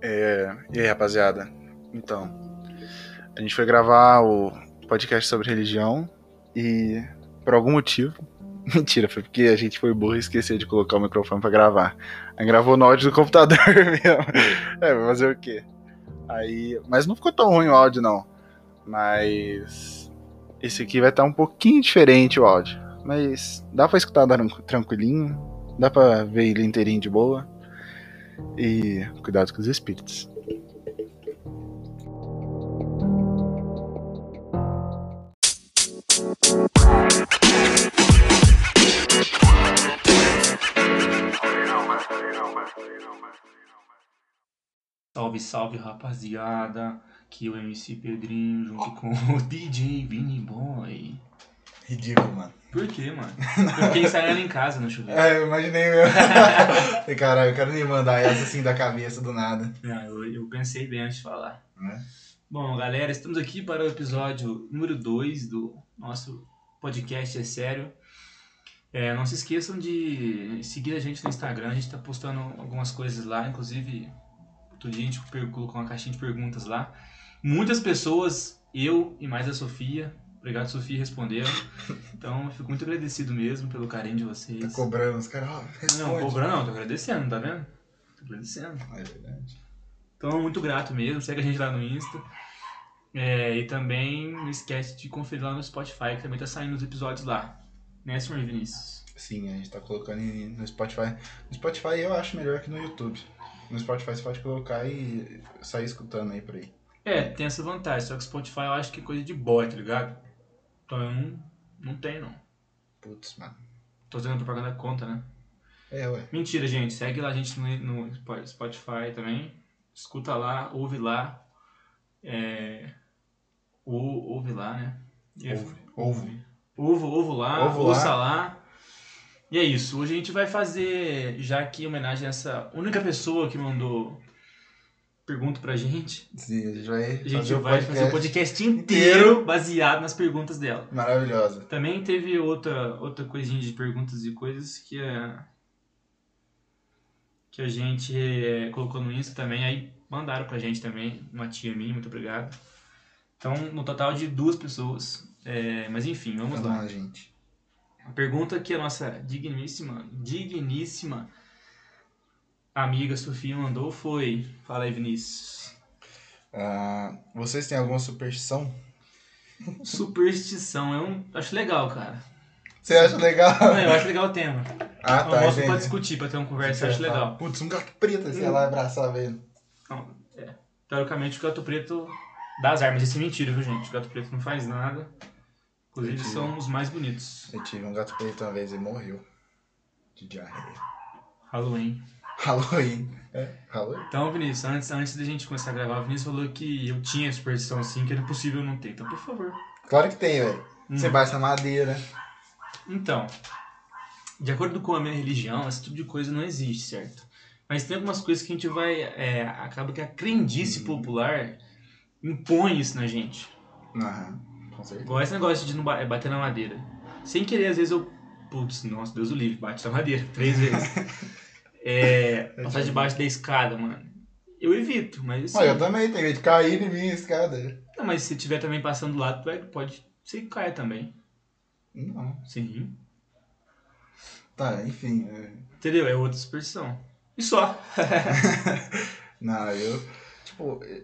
É, E aí, rapaziada? Então, a gente foi gravar o podcast sobre religião e, por algum motivo, mentira, foi porque a gente foi burro e esqueceu de colocar o microfone pra gravar. Aí gravou no áudio do computador mesmo. É, vai fazer o quê? Aí, mas não ficou tão ruim o áudio, não. Mas esse aqui vai estar um pouquinho diferente o áudio. Mas dá pra escutar dar um tranquilinho, dá pra ver ele inteirinho de boa. E cuidado com os espíritos. Salve, salve rapaziada, aqui é o MC Pedrinho junto com o DJ Vini Boy. Ridículo, mano. Por quê, mano? Eu fiquei ensaiando em casa no chuveiro. É, eu imaginei mesmo. Falei, Caralho, eu quero nem mandar essa assim da cabeça do nada. Tá Não, É, eu, eu pensei bem antes de falar. Né? Bom, galera, estamos aqui para o episódio número 2 do nosso podcast É Sério. É, não se esqueçam de seguir a gente no Instagram, a gente está postando algumas coisas lá, inclusive outro dia a gente per- colocou uma caixinha de perguntas lá. Muitas pessoas, eu e mais a Sofia, obrigado Sofia, responderam. Então, eu fico muito agradecido mesmo pelo carinho de vocês. Tá cobrando os caras. ó, Não, responde. cobrando não, tô agradecendo, tá vendo? Tô agradecendo. É verdade. Então, muito grato mesmo. Segue a gente lá no Insta. É, e também não esquece de conferir lá no Spotify, que também tá saindo os episódios lá. Né, senhor Vinícius? Sim, a gente tá colocando em- no Spotify. No Spotify eu acho melhor que no YouTube. No Spotify você pode colocar e sair escutando aí por aí. É, tem essa vantagem, só que Spotify eu acho que é coisa de boy, tá ligado? Então eu não, não tenho, não. Putz, mano. Tô fazendo propaganda conta, né? É, ué. Mentira, gente. Segue lá a gente no, no Spo- Spotify também. Escuta lá, ouve lá. É... ou- ouve lá, né? Ouve. Ouve. Ovo, ovo lá, Ovo lá. ouça lá. E é isso. Hoje a gente vai fazer, já aqui, em homenagem a essa única pessoa que mandou pergunta pra gente. Sim, a gente vai A gente fazer o vai podcast. fazer o podcast inteiro baseado nas perguntas dela. Maravilhosa. Também teve outra, outra coisinha de perguntas e coisas que a, que a gente eh, colocou no Insta também, aí mandaram pra gente também, uma tia minha, muito obrigado. Então, no total de duas pessoas. Eh, mas enfim, vamos lá. Vamos lá, Então, gente. A pergunta que a nossa digníssima, digníssima amiga Sofia mandou foi... Fala aí, Vinícius. Ah, vocês têm alguma superstição? Superstição, eu acho legal, cara. Você acha legal? Não, eu acho legal o tema. Então, Ah, eu gosto pra entendi. discutir, pra ter uma conversa, eu acho Você fala, legal. Putz, um gato preto, sei Hum. lá, abraçava ele. Não, é. Teoricamente, o gato preto dá as armas. Isso é mentira, viu, gente? O gato preto não faz nada. Inclusive, Mentira. são os mais bonitos. Eu tive um gato preto uma vez e morreu. De diarreia. Halloween. Halloween. É, Halloween? Então, Vinícius, antes, antes da gente começar a gravar, o Vinícius falou que eu tinha superstição sim, que era impossível não ter. Então, por favor. Claro que tem, velho. Hum. Você baixa a madeira. Então, de acordo com a minha religião, esse tipo de coisa não existe, certo? Mas tem algumas coisas que a gente vai. é, acaba que a Uhum. crendice popular impõe isso na gente. Aham, com certeza. Igual esse negócio de não ba- é, bater na madeira. Sem querer, às vezes eu. Putz, nossa, Deus o livre, bate na madeira três vezes. É, passar debaixo da escada, mano. Eu evito, mas assim, Olha, eu também tenho medo de cair em mim, escada. não, mas se tiver também passando do lado, pode, pode ser que caia também. Não. Sim. Tá, enfim. é. Entendeu? É outra superstição. E só. Não, eu. Tipo. é-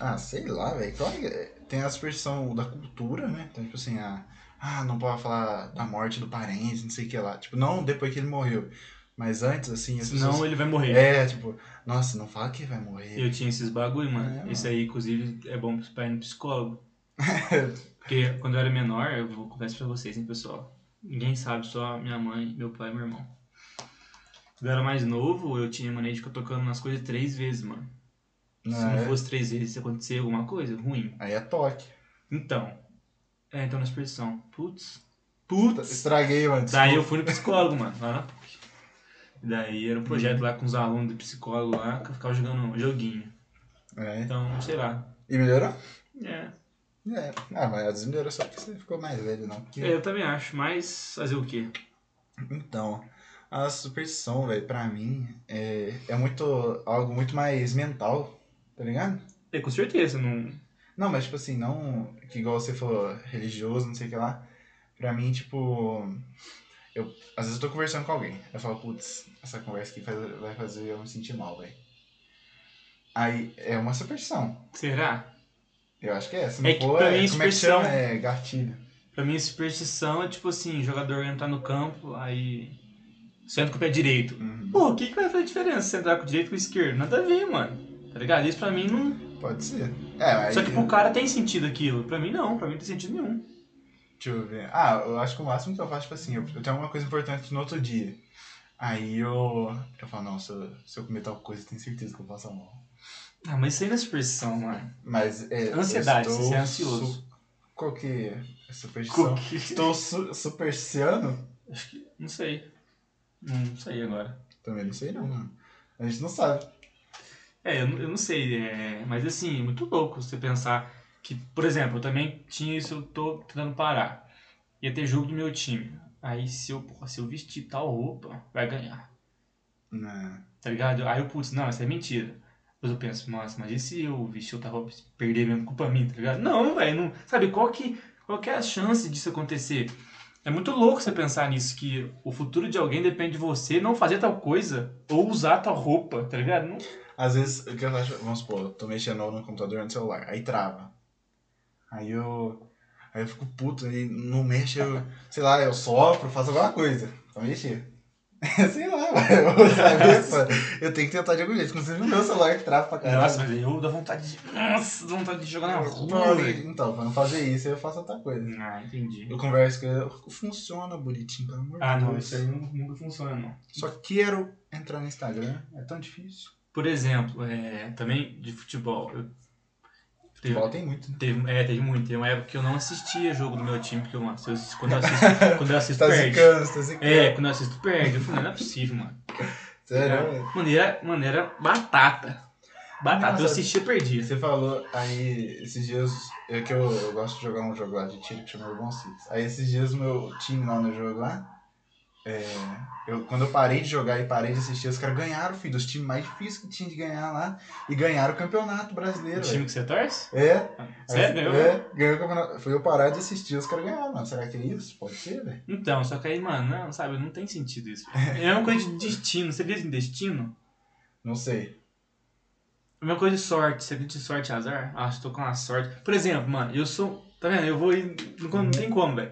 Ah, sei lá, velho. Claro que é- tem a superstição da cultura, né? Então, tipo assim, a. Ah, não pode falar da morte do parente, não sei o que lá. Tipo, não depois que ele morreu. Mas antes, assim, as pessoas Senão ele vai morrer. É, tipo, nossa, não fala que vai morrer. Eu tinha esses bagulho, É, mano. mano. Isso aí, inclusive, é bom pra ir no psicólogo. Porque quando eu era menor, eu vou confesso pra vocês, hein, pessoal. Ninguém sabe, só minha mãe, meu pai e meu irmão. Quando eu era mais novo, eu tinha mania de ficar tocando nas coisas três vezes, mano. Se Não, não é- fosse três vezes, se acontecer alguma coisa, ruim. Aí é toque. Então. É, então na expressão. Putz. Tá- Putz. Estraguei, mano. Daí eu fui no psicólogo, mano, lá na PUC. Daí era um projeto lá com os alunos do psicólogo lá, que eu ficava jogando joguinho. É. Então, sei lá. E melhorou? É, É. Ah, mas às vezes melhorou É, só porque você ficou mais velho, não. Porque... eu também acho, mas fazer o quê? Então. A superstição, velho, pra mim, é, é muito. algo muito mais mental, tá ligado? É, com certeza, não. Não, mas tipo assim, não. Que igual você falou, religioso, não sei o que lá. Pra mim, tipo. Eu, às vezes eu tô conversando com alguém. Eu falo, putz, essa conversa aqui faz- vai fazer eu me sentir mal, velho. Aí é uma superstição. Será? Eu acho que é. Se não É que for, pra é, mim, como é que superstição- chama? É gatilho. Pra mim, superstição é tipo assim: jogador entrar no campo, aí. Senta com o pé direito. Uhum. Pô, o que, que vai fazer diferença? se entrar com o direito ou com o esquerdo? Nada a ver, mano. Tá ligado? Isso pra mim não. Pode ser. É, aí, Uhum. Só que pro cara tem sentido aquilo. Pra mim não, pra mim não tem sentido nenhum. Deixa eu ver. Ah, eu acho que o máximo que eu faço, tipo assim, eu, eu tenho alguma coisa importante no outro dia. Aí eu, eu falo, não, se eu, se eu comer tal coisa, eu tenho certeza que eu vou passar mal. Ah, mas isso aí não é superstição, mano. Mas é. eu Ansiedade, estou você é ansioso. su- Qual que é a superstição? Cookie. Estou su superciano? Acho que. Não sei. Não sei agora. Também não sei não, mano. A gente não sabe. É, eu, não- eu não sei, é, mas assim, é muito louco você pensar que, por exemplo, eu também tinha isso, eu tô tentando parar. Ia ter jogo do meu time. Aí se eu, porra, se eu vestir tal roupa, vai ganhar, Não. tá ligado? Aí eu, putz, não, isso é mentira. Depois eu penso, nossa, mas e se eu vestir outra roupa e perder mesmo, culpa minha, tá ligado? Não, velho, não, sabe, qual que, qual que é a chance disso acontecer? É muito louco você pensar nisso, que o futuro de alguém depende de você não fazer tal coisa ou usar tal roupa, tá ligado? Não, Às vezes, o que eu acho, vamos supor, eu tô mexendo no computador ou no celular, aí trava. Aí eu. Aí eu fico puto, aí não mexe, eu, sei lá, eu sopro, faço alguma coisa. Pra mexer. sei lá, velho. Eu, sabe, isso? eu tenho que tentar de algum jeito. Inclusive o meu celular que trava pra caralho. Nossa, mas eu dá vontade de. Nossa, dá vontade de jogar na rua, Não, velho. então, pra não fazer isso, eu faço outra coisa. Ah, entendi. Eu converso com ele, funciona bonitinho, pelo amor Ah, de não, Deus. isso aí nu- nunca funciona, não. Só quero entrar no Instagram, é tão difícil. Por exemplo, é, também de futebol. Eu, teve, Futebol tem muito, né? teve- é, teve muito. Teve uma época que eu não assistia jogo do meu time, porque eu, mano, se eu assisto- quando eu assisto, quando eu assisto Tá perde. zicando, tá zicando. É, É. quando eu assisto perde. Eu falei, não é possível, mano. Sério, é. velho? Mano, era, mano, era batata. Batata, Nossa. eu assistia perdia. Você falou aí esses dias é que eu, eu gosto de jogar um jogo lá de tiro que chama Urban Six. Aí esses dias meu time lá no jogo lá. é, eu, quando eu parei de jogar e parei de assistir, os caras ganharam, filho, dos times mais difíceis que tinha de ganhar lá. E ganharam o campeonato O brasileiro. time velho. que você torce? É, Sério? aí, ganhou? é, ganhou o campeonato. Foi eu parar de assistir, os caras ganharam, mano. Será que é isso? Pode ser, velho. Então, só que aí, mano, não, sabe, não tem sentido isso. É uma coisa de destino. Você acredita em destino? Não sei. A mesma coisa de sorte. Você acredita em sorte e azar? Ah, estou com uma sorte. Por exemplo, mano, eu sou. Tá vendo? Eu vou ir. Não, não tem como, velho.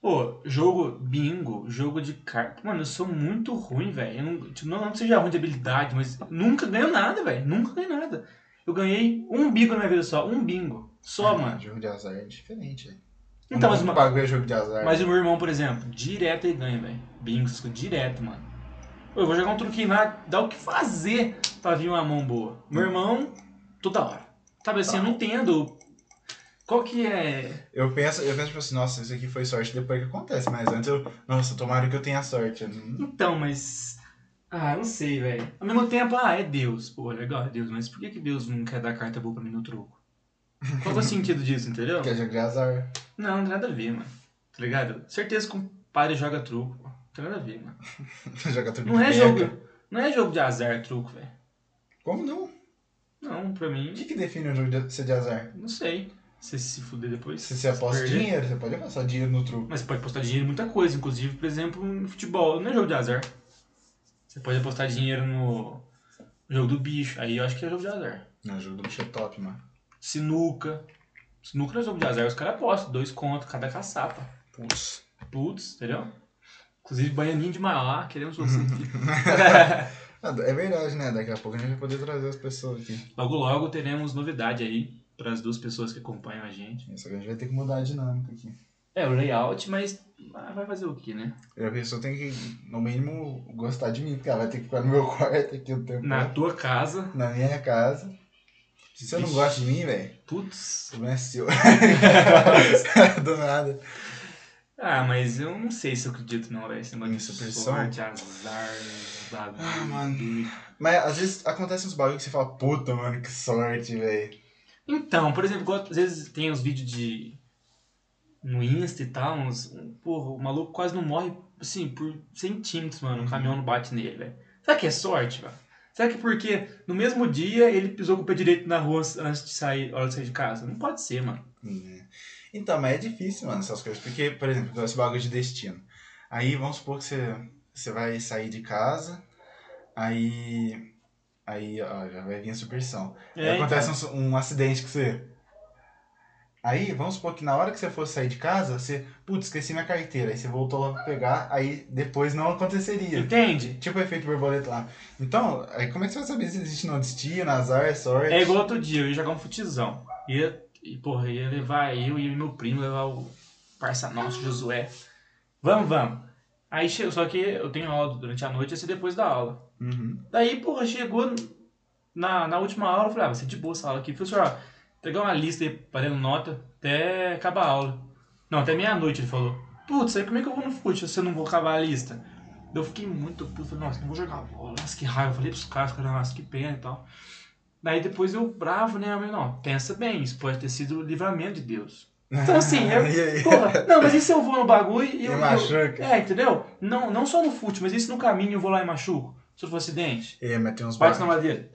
Pô, jogo bingo, jogo de carta. Mano, eu sou muito ruim, velho. Eu Não, tipo, não, não que seja ruim de habilidade, mas nunca ganho nada, velho. Nunca ganho nada. Eu ganhei um bingo na minha vida só. Um bingo. Só, Ah, mano. Jogo de azar é diferente, velho. Então, mas, um ma- bagulho é jogo de azar. mas o meu irmão, por exemplo, direto ele ganha, velho. Bingo, essas coisas, direto, mano. Pô, eu vou jogar um truquinho lá, dá o que fazer pra vir uma mão boa. Meu irmão, toda hora. Sabe assim, eu não entendo. Qual que é. Eu penso, eu penso, tipo assim, nossa, isso aqui foi sorte depois que acontece, mas antes eu, nossa, tomara que eu tenha sorte. Eu não- Então, mas. Ah, não sei, velho. Ao mesmo tempo, ah, é Deus. Pô, legal, é Deus, mas por que, que Deus não quer dar carta boa pra mim no truco? Qual que é o sentido disso, entendeu? Porque é jogo de azar. Não, não tem nada a ver, mano. Tá ligado? Certeza que um padre joga truco. Não tem nada a ver, mano. Joga tudo Não é de beca. jogo. Não é jogo de azar truco, velho. Como não? O Não, pra mim, que, que define um jogo de, ser de azar? não sei. Você se fuder depois. Se você aposta perder. dinheiro, você pode apostar dinheiro no truco. Mas você pode apostar dinheiro em muita coisa, inclusive, por exemplo, no futebol. Não é jogo de azar. Você pode apostar dinheiro no jogo do bicho. Aí eu acho que é jogo de azar. Não, jogo do bicho é top, mano. Sinuca. Sinuca não é jogo de azar. Os caras apostam. Dois contos, cada caçapa. Putz. Putz, entendeu? Inclusive, baianinho de Mauá. Queremos você. Ah, É verdade, né? Daqui a pouco a gente vai poder trazer as pessoas aqui. logo, logo teremos novidade aí para as duas pessoas que acompanham a gente. Só que a gente vai ter que mudar a dinâmica aqui. É, o layout, mas ah, vai fazer o quê, né? E a pessoa tem que, no mínimo, gostar de mim, porque ela vai ter que ficar no meu quarto aqui o tempo Na todo, tua casa. na minha casa. Uhum. Se você não Vixe. gosta de mim, velho, o Putz. problema é seu. do nada. Ah, mas eu não sei se eu acredito não, velho. Esse negócio Em de superstição? sorte, azar, bagulho. Ah, mano. Mas às vezes acontece uns bagulho que você fala, puta, mano, que sorte, velho. Então, por exemplo, igual, às vezes tem uns vídeos de... No Insta e tal, uns... um- Porra, o maluco quase não morre assim, por centímetros, mano, Uhum. um caminhão não bate nele, velho. Será que é sorte, velho? Será que é porque no mesmo dia ele pisou com o pé direito na rua antes de sair, hora de sair de casa? Não pode ser, mano. Né? Então, mas é difícil, mano, essas coisas. Porque, por exemplo, igual esse bagulho de destino. Aí vamos supor que você, você vai sair de casa, aí. Aí, ó, já vai vir a superstição. É, aí acontece um su- um, acidente com você. Aí, vamos supor que na hora que você for sair de casa, você. Putz, esqueci minha carteira. Aí você voltou lá pra pegar, aí depois não aconteceria. Entende? Tipo o efeito borboleta lá. Então, aí como é que você vai saber se existe não destino, azar, sorte? É igual outro dia, eu ia jogar um futizão. Ia, e, porra, ia levar eu e meu primo, levar o parça nosso, Josué. Vamos, vamos. Aí chegou, só que eu tenho aula durante a noite, ia ser depois da aula. Uhum. Daí, porra, chegou na, na última aula, eu falei, ah, vai ser de boa essa aula aqui. Professor, ó, pegar uma lista aí, parando nota, até acabar a aula. Não, até meia-noite, ele falou. Putz, aí como é que eu vou no fute se eu não vou acabar a lista? Daí Eu fiquei muito puto, falei, nossa, não vou jogar bola, nossa, que raiva. Eu falei pros caras, os caras, nossa, que pena e tal. Daí depois eu bravo, né? Eu falei, não, pensa bem, isso pode ter sido o livramento de Deus. Então assim, eu, E aí? porra, não, mas e se eu vou no bagulho e E eu... eu- machuca. é, entendeu? Não, não só no fute, mas e se no caminho eu vou lá e machuco? Se eu for acidente? É, mas tem uns Bate na bagulho- madeira.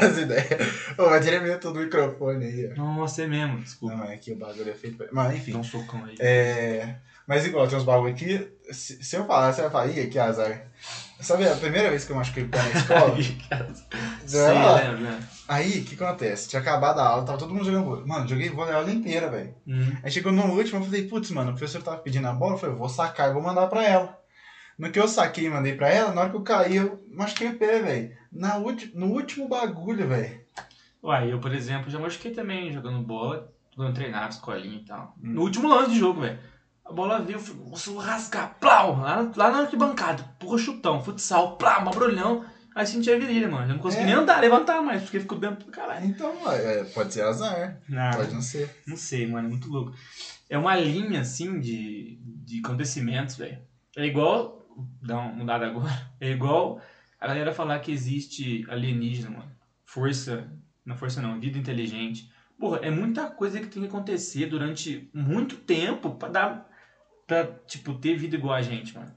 As ideias. Ô, mas ele é todo o microfone aí, ó. Nossa, é mesmo. Desculpa. Não, mas é que o bagulho é feito pra... Mas Dá enfim. um socão aí. É... Mas igual, tem uns bagulho aqui. Se, se eu falar, você vai falar, ih, que azar. Sabe a primeira vez que eu machuquei o pé na escola? Sim, Não é? eu lembro, né? aí, o que acontece? Tinha acabado a aula, tava todo mundo jogando vôlei. Mano, joguei vôlei a aula inteira, velho. Hum. Aí chegou no último, eu falei, putz, mano, o professor tava pedindo a bola, eu falei, vou sacar e vou mandar pra ela. No que eu saquei e mandei pra ela, na hora que eu caí, eu machuquei o pé, velho. Na ulti- No último bagulho, velho. Uai, eu, por exemplo, já machuquei também jogando bola, quando eu treinava, escolinha e tal. No último lance de jogo, velho. A bola veio, eu falei, nossa, eu vou rasgar, plau! Lá, na- lá na arquibancada, porra, chutão, futsal, plau, mabrolhão. Aí senti a virilha, mano. Eu não consegui É. nem andar, levantar mais, porque ficou dentro do caralho. Então, é, pode ser azar. Não, Pode não ser. não sei, mano, é muito louco. É uma linha, assim, de, de acontecimentos, velho. É igual. Dá uma mudada agora. É igual a galera falar que existe alienígena, mano. Força. Não força não, vida inteligente. Porra, é muita coisa que tem que acontecer durante muito tempo pra dar. pra, tipo, ter vida igual a gente, mano.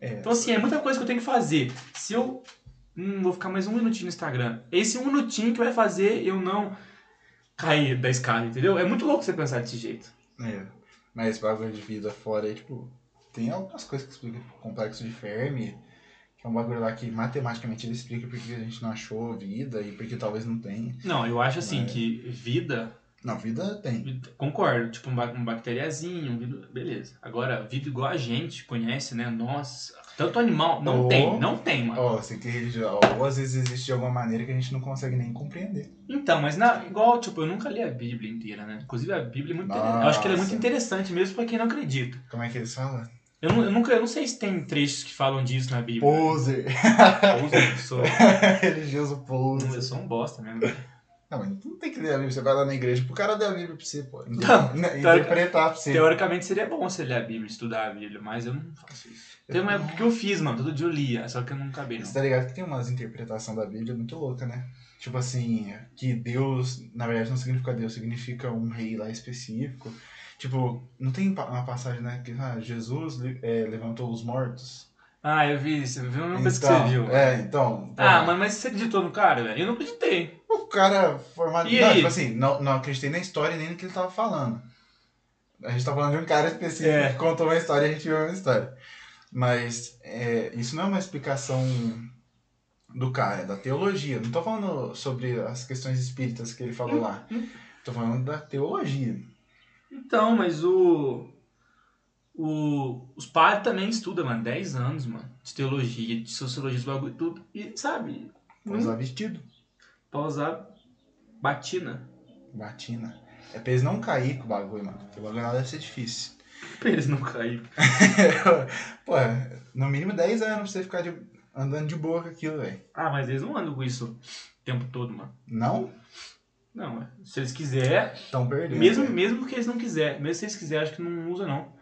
É. Então, assim, é muita coisa que eu tenho que fazer. Se eu. Hum, vou ficar mais um minutinho no Instagram. É esse um minutinho que vai fazer eu não cair da escada, entendeu? É muito louco você pensar desse jeito. É. Mas esse bagulho de vida fora aí, tipo, tem algumas coisas que explica tipo, o complexo de Fermi, que é um bagulho lá que matematicamente ele explica porque a gente não achou vida e porque talvez não tenha. Não, eu acho assim Mas- que vida. Não, vida tem. vida- Concordo, tipo um, ba- um bacteriazinho, um vidro, beleza. Agora, vida igual a gente conhece, né? Nossa, tanto animal. Não Oh. tem, não tem, mano. Ó, você que religião, ou às vezes existe de alguma maneira que a gente não consegue nem compreender. Então, mas na, igual, tipo, eu nunca li a Bíblia inteira, né? Inclusive a Bíblia é muito interessante. Eu acho que ela é muito Nossa. interessante mesmo pra quem não acredita. Como é que eles falam? Eu, nu- eu nunca, eu não sei se tem trechos que falam disso na Bíblia. Poser. Eu sou, Religioso eu poser. sou um bosta mesmo. Não, mas não tem que ler a Bíblia, você vai lá na igreja pro cara ler a Bíblia pra você, pô. Não, Né, teórica- Interpretar pra você. Teoricamente seria bom você ler a Bíblia, estudar a Bíblia, mas eu não faço isso. Tem uma época que eu fiz, mano, todo dia eu lia, só que eu não acabei, não. Você tá ligado que tem umas interpretações da Bíblia muito louca, né? Tipo assim, que Deus, na verdade, não significa Deus, significa um rei lá específico. Tipo, não tem pa- uma passagem, né? Que ah, Jesus le- é, levantou os mortos. Ah, eu vi isso, eu vi a mesma coisa que você viu. É, então. Ah, pô, mano, mas você acreditou no cara, velho? Eu não acreditei. O cara formado. E não, aí? tipo assim, não, não acreditei na história nem no que ele tava falando. A gente tá falando de um cara específico É. que contou uma história e a gente viu uma história. Mas é, isso não é uma explicação do cara, é da teologia. Não tô falando sobre as questões espíritas que ele falou lá. hum. Tô falando da teologia. Então, mas o. o os padres também estudam, mano, 10 anos, mano, de teologia, de sociologia, de bagulho e tudo. E, sabe, Vou Hum. usar vestido. pra usar batina. Batina. É pra eles não cair com o bagulho, mano. Porque o bagulho lá deve ser difícil. Pra eles não caírem. Pô, no mínimo 10 anos pra você ficar de- andando de boa com aquilo, velho. Ah, mas eles não andam com isso o tempo todo, mano. Não? Não, é. se eles quiserem, Tão né? perdendo. Mesmo, velho. mesmo que eles não quiserem, mesmo se eles quiserem, acho que não usa, não.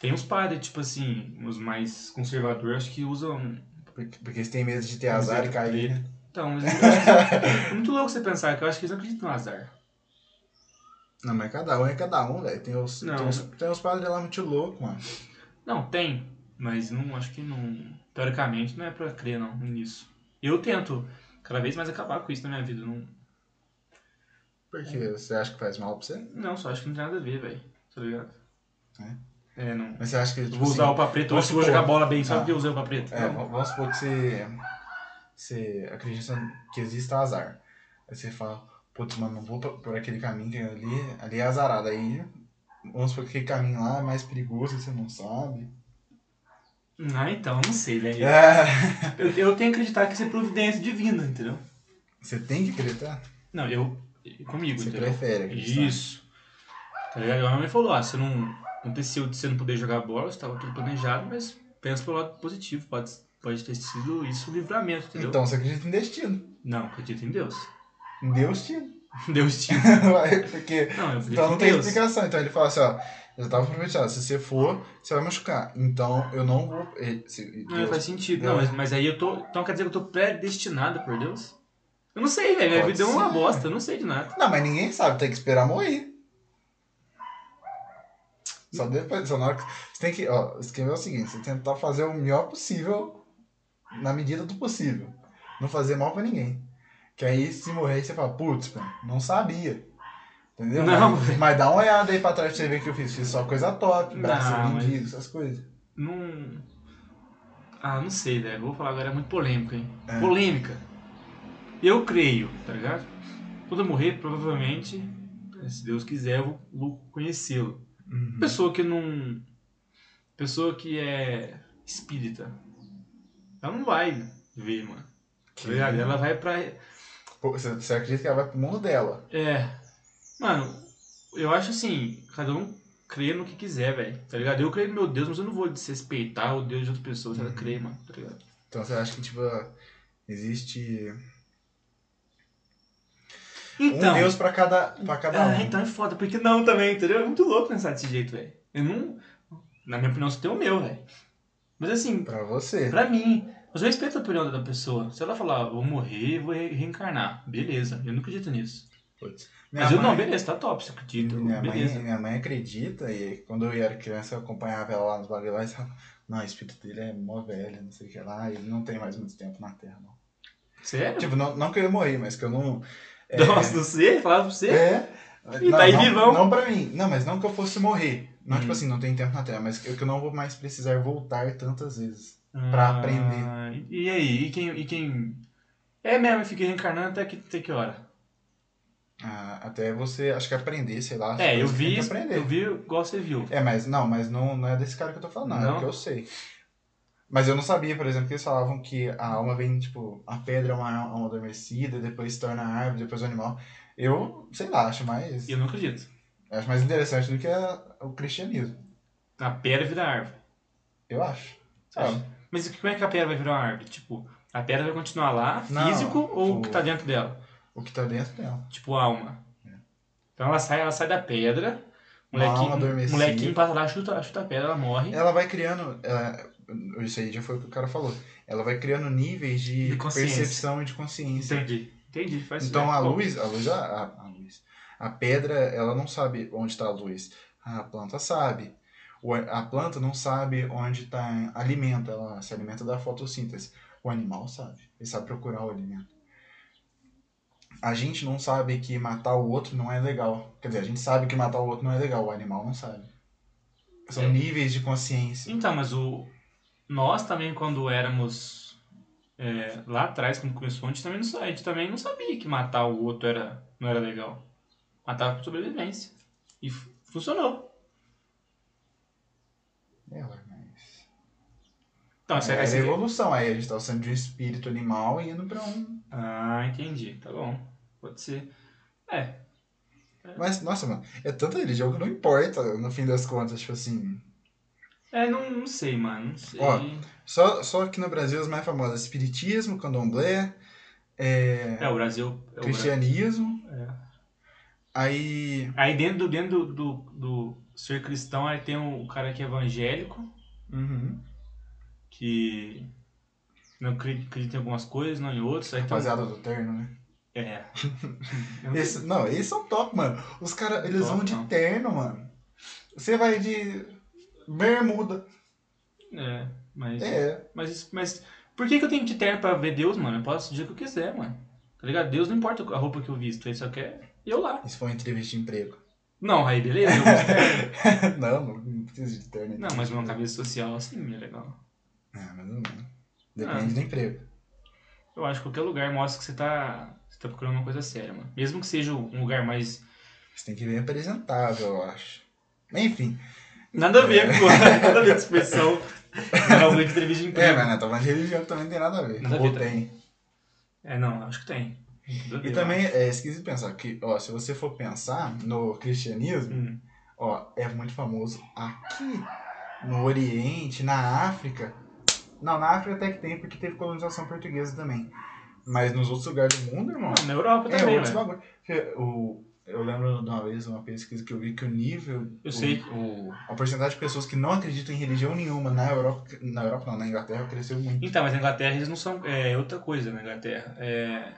Tem uns padres, tipo assim, os mais conservadores, acho que usam. Porque, porque eles têm medo de ter azar e cair. né? Então, mas eu acho que- é muito louco você pensar que eu acho que eles não acreditam no azar. Não, mas cada um é cada um, velho. Tem os, Não. tem os, tem os padres lá muito louco, mano. Não, tem, mas não acho que não. Teoricamente não é pra crer não nisso. Eu tento cada vez mais acabar com isso na minha vida. Não, Porque É. você acha que faz mal pra você? não só acho que não tem nada a ver, velho. Tá ligado? É. não. Mas você acha que. Eu tipo vou assim, usar o opa preto, eu acho que eu vou Vamos supor. jogar bola bem, só Ah. porque eu usei o opa preto. É, Não. v- vamos supor que você, você acredita que exista azar. Aí você fala, putz, mano, não vou pra- por aquele caminho que é ali, ali é azarado. Aí vamos supor que aquele caminho lá é mais perigoso, você não sabe. Ah, então, não sei, velho. É. Eu, eu tenho que acreditar que isso é providência divina, entendeu? Você tem que acreditar? Não, eu. Comigo, Você entendeu? prefere acreditar. Isso. Tá ligado? Igual a minha mãe falou, ó, você não. Aconteceu de você não poder jogar bola, estava tudo planejado, mas pensa pelo lado positivo, pode, pode ter sido isso um livramento, entendeu? Então você acredita em destino. Não, acredito em Deus. Em Deus tinha. Deus te. Vai, Porque Não, eu acredito Então não em tem Deus. explicação. Então ele fala assim, ó, eu tava prometido, se você for, você vai machucar. Então eu não vou. eh, se- Não, Deus- É, faz sentido. Não, mas, mas aí eu tô. Então quer dizer que eu tô predestinado por Deus? Eu não sei, velho. Minha Pode vida é uma ser. bosta, eu não sei de nada. Não, mas ninguém sabe, tem que esperar morrer. Só depois, só na hora que. Você tem que. Ó, o esquema é o seguinte, você tentar fazer o melhor possível na medida do possível. Não fazer mal pra ninguém. Que aí se morrer, você fala, putz, mano, não sabia. Entendeu? Não, mas, mas dá uma olhada aí pra trás pra você ver o que eu fiz. Fiz só coisa top, Não, braço mas- vendido, essas coisas. Não. Ah, não sei, velho. Vou falar agora, é muito polêmico, hein? É. Polêmica. Eu creio, tá ligado? Quando eu morrer, provavelmente, é, se Deus quiser, eu vou conhecê-lo. Uhum. Pessoa que não. Pessoa que é espírita. Ela não vai ver, mano. Tá ligado? Ela vai pra. Pô, Você, você acredita que ela vai pro mundo dela? É. Mano, eu acho assim, cada um crê no que quiser, velho. Tá ligado? Eu creio no meu Deus, mas eu não vou desrespeitar o Deus de outra pessoa se ela Uhum. crê, mano. Tá ligado? Então você acha que, tipo, existe Então. um Deus pra cada, pra cada um. Ah, então é foda, porque não também, entendeu? É muito louco pensar desse jeito, velho. Eu não. Na minha opinião, só tem o meu, velho. Mas assim, Pra você. pra mim, mas eu respeito a opinião da pessoa. Se ela falar, vou morrer, vou re- reencarnar, beleza, eu não acredito nisso. Putz. Mas eu não, beleza, tá top, você acredita, Minha beleza. mãe, minha mãe acredita, e quando eu era criança eu acompanhava ela lá nos bagulhos lá e falava, não, o espírito dele é mó velho, não sei o que lá, ele não tem mais muito tempo na Terra, não. Sério? Tipo, não, não que eu ia morrer, mas que eu não. é, Nossa, não sei, falava pra você. É. E tá aí não, vivão. Não pra mim. Não, mas não que eu fosse morrer. Não, Hum. tipo assim, não tem tempo na Terra, mas que eu que eu não vou mais precisar voltar tantas vezes. É pra Ah, aprender. E aí, e quem. E quem... É mesmo, fica reencarnando até que, até que hora? Ah, até você, acho que aprender, sei lá. as É, eu coisas que vi, tem que aprender. eu vi igual você viu. É, mas não, mas não, não é desse cara que eu tô falando, não, é Não? o que eu sei. Mas eu não sabia, por exemplo, que eles falavam que a alma vem, tipo, a pedra é uma alma adormecida, depois se torna a árvore, depois o animal. Eu, sei lá, acho mais. E eu não acredito. Acho mais interessante do que a- o cristianismo. A pedra vira árvore. Eu acho. Você acha? Ah, Mas como é que a pedra vai virar uma árvore? Tipo, a pedra vai continuar lá, Não, físico, ou o que tá dentro dela? O que tá dentro dela. Tipo, a alma. Então ela sai, ela sai da pedra, o É. Uma alma molequinho, adormecida. É molequinho passa lá, chuta, chuta a pedra, ela morre. Ela vai criando. ela- isso aí já foi o que o cara falou. Ela vai criando níveis de, De consciência. percepção e de consciência. Entendi. Entendi, faz né? Então a sentido. luz, a luz, a, a- a luz, a pedra, ela não sabe onde está a luz. A planta sabe. O a a planta não sabe onde está alimento. Ela se alimenta da fotossíntese. O animal sabe. Ele sabe procurar o alimento. A gente não sabe que matar o outro não é legal. Quer dizer, a gente sabe que matar o outro não é legal. O animal não sabe. São É. níveis de consciência. Então, mas o. Nós também, quando éramos. é, lá atrás, quando começou, a gente, também não, sa- a gente também não sabia que matar o outro era, não era legal. Matava por sobrevivência. E fu- funcionou. É, ué, mas... Então, essa é, essa- a evolução. Aí a gente tá sendo de um espírito animal e indo para um Ah, entendi. Tá bom. Pode ser. É. Mas, nossa, mano, é tanta religião que não importa, no fim das contas, tipo assim. É, não, não sei, mano. Não sei. Ó. Só, só aqui no Brasil as mais famosas: Espiritismo, Candomblé, é, É, o Brasil. É o Brasil. Cristianismo. É. Aí. Aí dentro, do, dentro do, do, do ser cristão, aí tem o cara que é evangélico, Uhum. que não acre- acredita em algumas coisas, não em outras. Aí tem o- Rapaziada do terno, né? É. Esse, não, eles são top, mano. Os caras, eles Top, vão de não. terno, mano. Você vai de bermuda, É, mas. É. Mas, mas por que, que eu tenho que ter terno pra ver Deus, mano? Eu posso o dia que eu quiser, mano. Tá ligado? Deus não importa a roupa que eu visto, ele só quer eu lá. Isso foi uma entrevista de emprego. Não, aí beleza. eu gosto. não, mano, não precisa de terno. não, mas uma camisa social assim é legal. Ah, mas não. Ah. Depende do emprego. Eu acho que qualquer lugar mostra que você tá, você tá procurando uma coisa séria, mano. Mesmo que seja um lugar mais. Você tem que ver apresentável, eu acho. Enfim. Nada a ver, pô. Nada a ver com expressão. Era algo de entrevista de É, emprego. mas né, tá falando de religião também não tem nada a ver. Nada a Ou ver né? tem. É, não, acho que tem. Tem tudo a ver, E eu também é esquisito pensar que, ó, se você for pensar no acho. cristianismo, Hum. ó, é muito famoso aqui no Oriente, na África. Não, na África até que tem, porque teve colonização portuguesa também. Mas nos outros lugares do mundo, irmão, Ah, Na Europa é também, né? outros velho. bagulho. Porque O, eu lembro de uma vez, uma pesquisa que eu vi que o nível. Eu o- sei. O, a porcentagem de pessoas que não acreditam em religião nenhuma na Europa. Na Europa não, na Inglaterra cresceu muito. Então, mas na Inglaterra eles não são. É outra coisa na Inglaterra. É.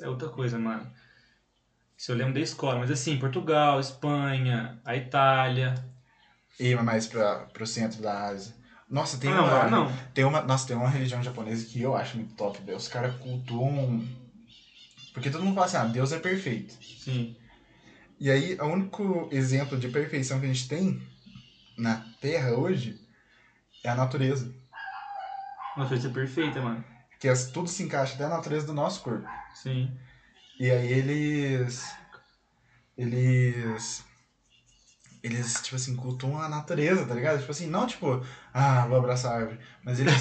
É outra coisa, mano. Isso eu lembro da escola, mas assim, Portugal, Espanha, a Itália. E mais pra, pro centro da Ásia. Nossa, tem Ah, não, uma. lá não. Tem uma, nossa, tem uma religião japonesa que eu acho muito top, velho. Os caras cultuam. um, Porque todo mundo fala assim, ah, Deus é perfeito. Sim. E aí, o único exemplo de perfeição que a gente tem na Terra hoje é a natureza. Uma coisa perfeita, mano. Que as, tudo se encaixa até a natureza do nosso corpo. Sim. E aí eles. Eles. Eles, tipo assim, cultuam a natureza, tá ligado? Tipo assim, não tipo, ah, vou abraçar a árvore. Mas eles,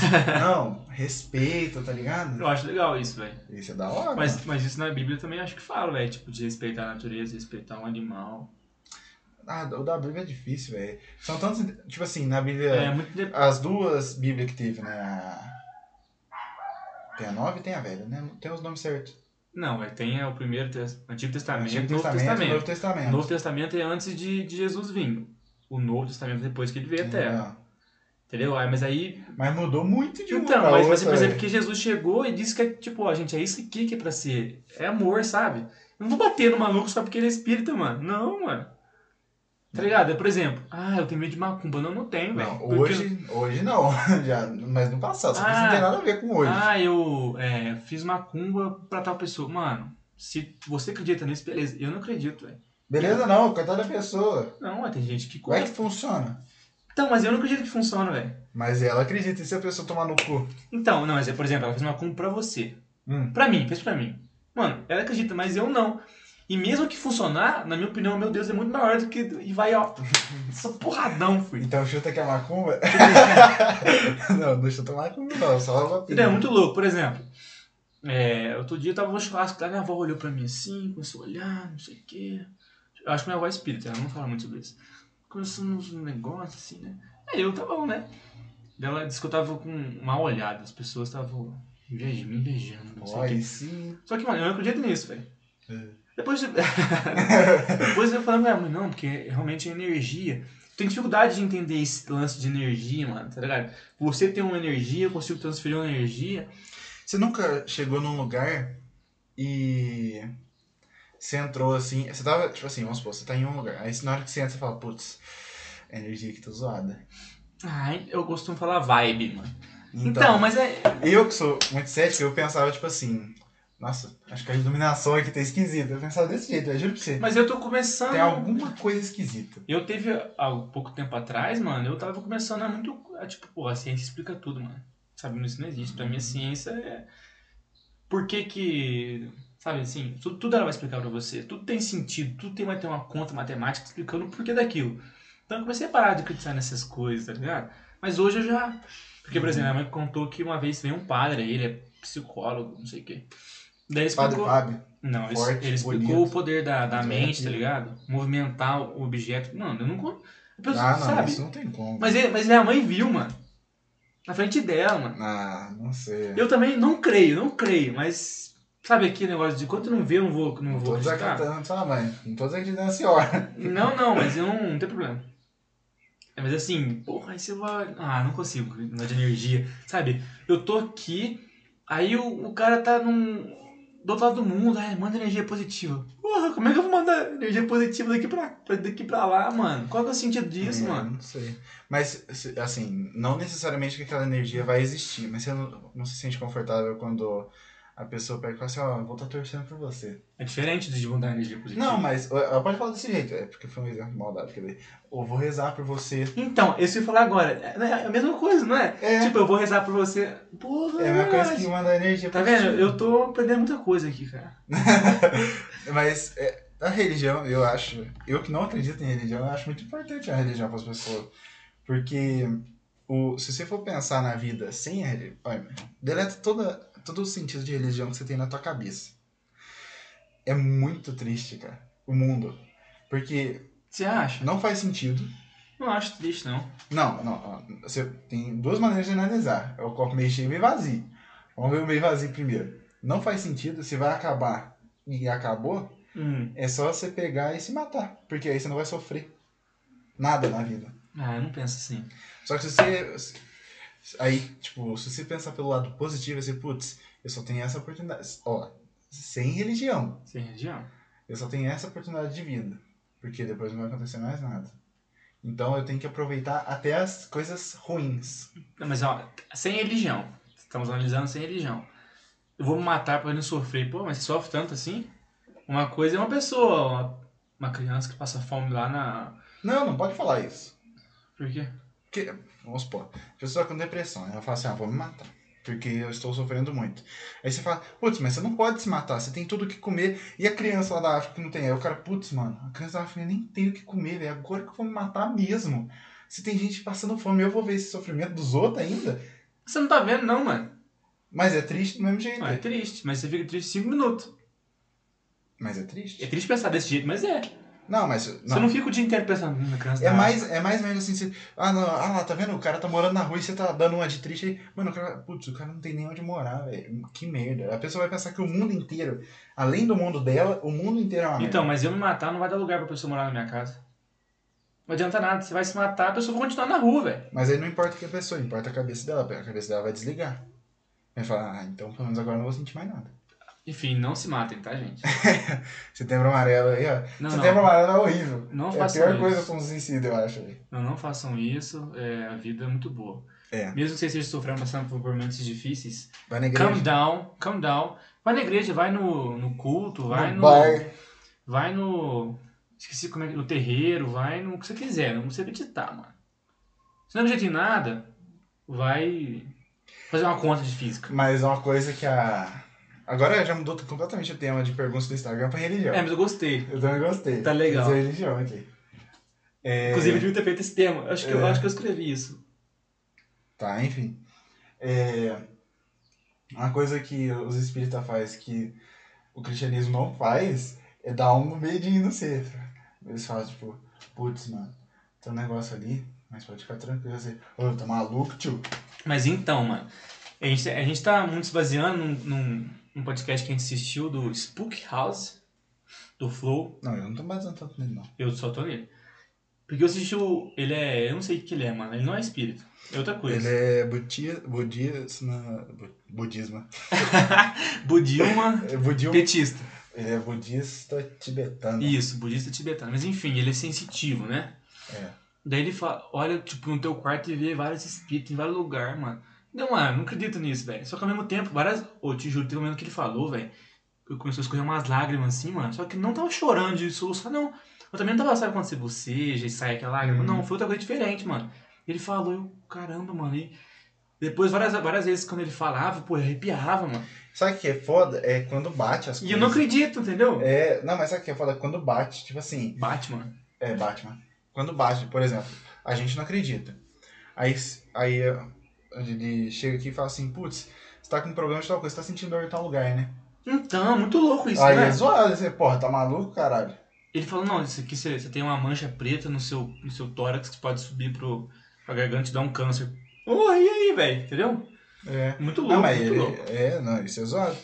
não, respeita, tá ligado? Eu acho legal isso, velho. Isso é da hora. Mas, mas isso na Bíblia eu também acho que fala, velho. Tipo, de respeitar a natureza, respeitar um animal. Ah, o da Bíblia é difícil, velho. São tantos. Tipo assim, na É, Bíblia. muito. de- As duas Bíblias que teve, né? a- Tem a nova e tem a velha, né? Tem os nomes certos. Não, é, tem é, o primeiro tes- Antigo Testamento e Antigo o Ah, Novo Testamento, Testamento. Novo Testamento. O Novo Testamento é antes de, de Jesus vir. O Novo Testamento é depois que ele veio à Terra. Entendeu? Entendeu? Aí, mas aí. Mas mudou muito de uma Então, pra mas, mas outra, é. você percebe velho. que Jesus chegou e disse que é tipo, ó, gente, é isso aqui que é pra ser. É amor, sabe? Eu não vou bater no maluco só porque ele é espírita, mano. Não, mano. Tá ligado? É, Por exemplo, ah, eu tenho medo de macumba. Não, não tenho, velho. Não, Porque- Né? hoje, hoje não, já, mas no passado, só que isso não Ah. tem nada a ver com hoje. Ah, eu é, fiz macumba pra tal pessoa. Mano, se você acredita nisso, beleza. Eu não acredito, velho. Beleza, não, coitada da pessoa. Não, mas tem gente que Como é que gosta. funciona? Então, mas eu não acredito que funciona, velho. Mas ela acredita, e se a pessoa tomar no cu? Então, não, mas é, por exemplo, ela fez macumba pra você. Hum. Pra mim, fez pra mim. Mano, ela acredita, mas eu não. E mesmo que funcionar, na minha opinião, meu Deus é muito maior do que. E vai, ó. Só porradão, filho. Então chuta que é macumba? não, não chuta macumba, não, só uma Entendeu? É muito louco, por exemplo. É, outro dia eu tava no churrasco, lá minha avó olhou pra mim assim, começou a olhar, não sei o quê. Eu acho que minha avó é espírita, ela não fala muito sobre isso. Começou uns negócios assim, né? Aí eu, tá bom, né? Daí Ela disse que eu tava com mal olhado, as pessoas estavam me beijando, me beijando, não sei o quê. Olha, sim. Só que, mano, eu não acredito nisso, velho. É. Depois, eu- depois eu falei, mano, não, porque realmente é energia. Tenho dificuldade de entender esse lance de energia, mano, tá ligado? Você tem uma energia, eu consigo transferir uma energia. Você nunca chegou num lugar e você entrou assim. Você tava, tipo assim, vamos supor, você tá em um lugar. Aí na hora que você entra, você fala, putz, a energia aqui tá zoada. Ai, eu costumo falar vibe, mano. Então, Então, mas é. eu que sou muito cético, eu pensava, tipo assim, nossa, acho que a iluminação aqui tá esquisita. Eu pensava desse jeito, eu juro pra você. Mas eu tô começando. Tem alguma coisa esquisita. Eu teve há um pouco tempo atrás, mano, eu tava começando a muito. A, tipo, pô, a ciência explica tudo, mano. Sabe, isso não existe. Pra mim, a ciência é. Por que que. Sabe assim, tudo, tudo ela vai explicar pra você. Tudo tem sentido, tudo tem, vai ter uma conta matemática explicando o porquê daquilo. Então eu comecei a parar de acreditar nessas coisas, tá ligado? Mas hoje eu já. Porque, por exemplo, minha mãe contou que uma vez veio um padre aí, ele é psicólogo, não sei o quê. Daí ele Padre explicou. Fábio. Não, ele- Forte, ele explicou bonito. o poder da, da Muito mente, ativo. tá ligado? Movimentar o objeto. Mano, eu não. con- A pessoa, Ah, não, sabe? isso não tem como. Mas, ele, mas minha mãe viu, mano. Na frente dela, mano. Ah, não sei. Eu também não creio, não creio, mas. Sabe aquele negócio de quando eu não ver, eu não vou, não Não vou tô acreditar? desacreditando sua mãe. Não tô desacreditando a senhora. Não, não, mas eu não, não tem problema. É, mas assim, porra, aí você vai. Ah, não consigo, não é de energia. Sabe? Eu tô aqui, aí o, o cara tá num. do outro lado do mundo, ai, manda energia positiva. Porra, como é que eu vou mandar energia positiva daqui pra, pra- daqui pra lá, mano? Qual que é o sentido disso, É, mano? Não sei. Mas, se- assim, não necessariamente que aquela energia vai existir, mas você não, não se sente confortável quando a pessoa pega e fala assim, ó, vou estar torcendo por você. É diferente de mandar energia positiva. Não, mas ó, ela pode falar desse jeito, é porque foi um exemplo de maldade, quer ver? Ou vou rezar por você. Então, isso que eu ia falar agora. É é a mesma coisa, não é? É, Tipo, eu vou rezar por você. Porra, é uma coisa verdade. que manda energia Tá pra vendo? ti. Eu tô aprendendo muita coisa aqui, cara. Mas é, a religião, eu acho, eu que não acredito em religião, eu acho muito importante a religião para as pessoas. Porque o, se você for pensar na vida sem a religião, deleta toda, todo o sentido de religião que você tem na tua cabeça. É muito triste, cara, o mundo. Porque Você acha? não faz sentido. Não acho triste, não. Não, não. ó, Você tem duas maneiras de analisar. É o copo meio cheio e meio vazio. Vamos ver o meio vazio primeiro. Não faz sentido, se vai acabar e acabou, Hum. é só você pegar e se matar, porque aí você não vai sofrer nada na vida. Ah, eu não penso assim. Só que se você. se- Aí, tipo, se você pensar pelo lado positivo, você, putz, eu só tenho essa oportunidade. Ó, sem religião, Sem religião? eu só tenho essa oportunidade de vida, porque depois não vai acontecer mais nada. Então eu tenho que aproveitar até as coisas ruins. Não, mas ó, sem religião. Estamos analisando sem religião. Eu vou me matar pra não sofrer. Pô, mas você sofre tanto assim? Uma coisa é uma pessoa, uma, uma criança que passa fome lá na. Não, não pode falar isso. Por quê? Porque, vamos supor, pessoa tá com depressão, ela fala assim, ah, vou me matar. Porque eu estou sofrendo muito. Aí você fala, putz, mas você não pode se matar, você tem tudo o que comer. E a criança lá da África que não tem. Aí o cara, putz, mano, a criança da África nem tem o que comer, velho. Agora que eu vou me matar mesmo. Se tem gente passando fome, eu vou ver esse sofrimento dos outros ainda. Você não tá vendo, não, mano. Mas é triste do mesmo jeito. Não, é triste, mas você fica triste cinco minutos. Mas é É triste? triste pensar desse jeito, mas é. Não, mas. Não. Você não fica o dia inteiro pensando na criança. É tá- mais, é mais mesmo assim, você, ah, não, ah lá, tá vendo? O cara tá morando na rua e você tá dando uma de triste aí. Mano, o cara, putz, o cara não tem nem onde morar, velho. Que merda. A pessoa vai pensar que o mundo inteiro, além do mundo dela, o mundo inteiro é uma merda. Então, mas eu me matar não vai dar lugar pra pessoa morar na minha casa. Não adianta nada, você vai se matar, a pessoa vai continuar na rua, velho. Mas aí não importa o que a pessoa, importa a cabeça dela. A cabeça dela vai desligar. Vai falar, ah, então pelo menos agora eu não vou sentir mais nada. Enfim, não se matem, tá, gente? Setembro amarelo aí, ó. Não, Setembro não. amarelo é horrível. Não é a façam pior isso. coisa pra um suicídio, eu acho, velho. Não, não façam isso, é, a vida é muito boa. É. Mesmo que vocês estejam sofrendo, passando por momentos difíceis, Vai na calm igreja. down, calm down. Vai na igreja, vai no, no culto, vai no. bar. Vai no. Esqueci como é que. No terreiro, vai no que você quiser, não precisa acreditar, mano. Se não acredita em nada, vai fazer uma conta de física. Mas é uma coisa que a. Agora já mudou completamente o tema de perguntas do Instagram pra religião. É, mas eu gostei. Eu também gostei. Tá legal. Fiz a religião aqui. É, Inclusive, eu devia ter feito esse tema. Acho que, eu, É. acho que eu escrevi isso. Tá, enfim. É, Uma coisa que os espíritas fazem que o cristianismo não faz é dar um medinho no centro. Eles falam, tipo, putz, mano, tem um negócio ali, mas pode ficar tranquilo. Você, ô, tá maluco, tio? Mas então, mano, a gente, a gente tá muito se baseando num, num, num podcast que a gente assistiu do Spook House, do Flow. Não, eu não tô baseando tanto nele, não. Eu só tô nele. Porque eu assisti o. Ele é. Eu não sei o que ele é, mano. Ele não é espírito. É outra coisa. Ele é buti- budismo. bu- Budismo. Budilma É budil- petista. Ele é budista tibetano. Isso, budista tibetano. Mas enfim, ele é sensitivo, né? É. Daí ele fala, olha, tipo, no teu quarto e vê vários espíritos em vários lugares, mano. Não, mano, não acredito nisso, velho. Só que ao mesmo tempo, várias. Ô, te juro, tem um momento que ele falou, velho. que Começou a escorrer umas lágrimas assim, mano. Só que não tava chorando de soluçar, não. Eu também não tava, sabe quando você boceja e sai aquela lágrima? Uhum. Não, foi outra coisa diferente, mano. Ele falou, eu, caramba, mano. E depois, várias, várias vezes, quando ele falava, pô, eu arrepiava, mano. Sabe o que é foda? É quando bate as E eu não coisas. acredito, entendeu? É, não, mas sabe o que é foda? Quando bate, tipo assim, Batman. é Batman. Quando bate, por exemplo, a gente não acredita. Aí, s- aí eh, ele chega aqui e fala assim, putz, você tá com problema de tal coisa, você tá sentindo dor em tal lugar, né? Então, muito louco isso, aí né? é zoado, você, porra, tá maluco, caralho? Ele falou, não, isso aqui você, você tem uma mancha preta no seu, no seu tórax que pode subir pro, pra garganta e dar um câncer. Oh, e aí, velho? Entendeu? É. Muito louco, Não, mas muito ele, louco. é, não, isso é zoado.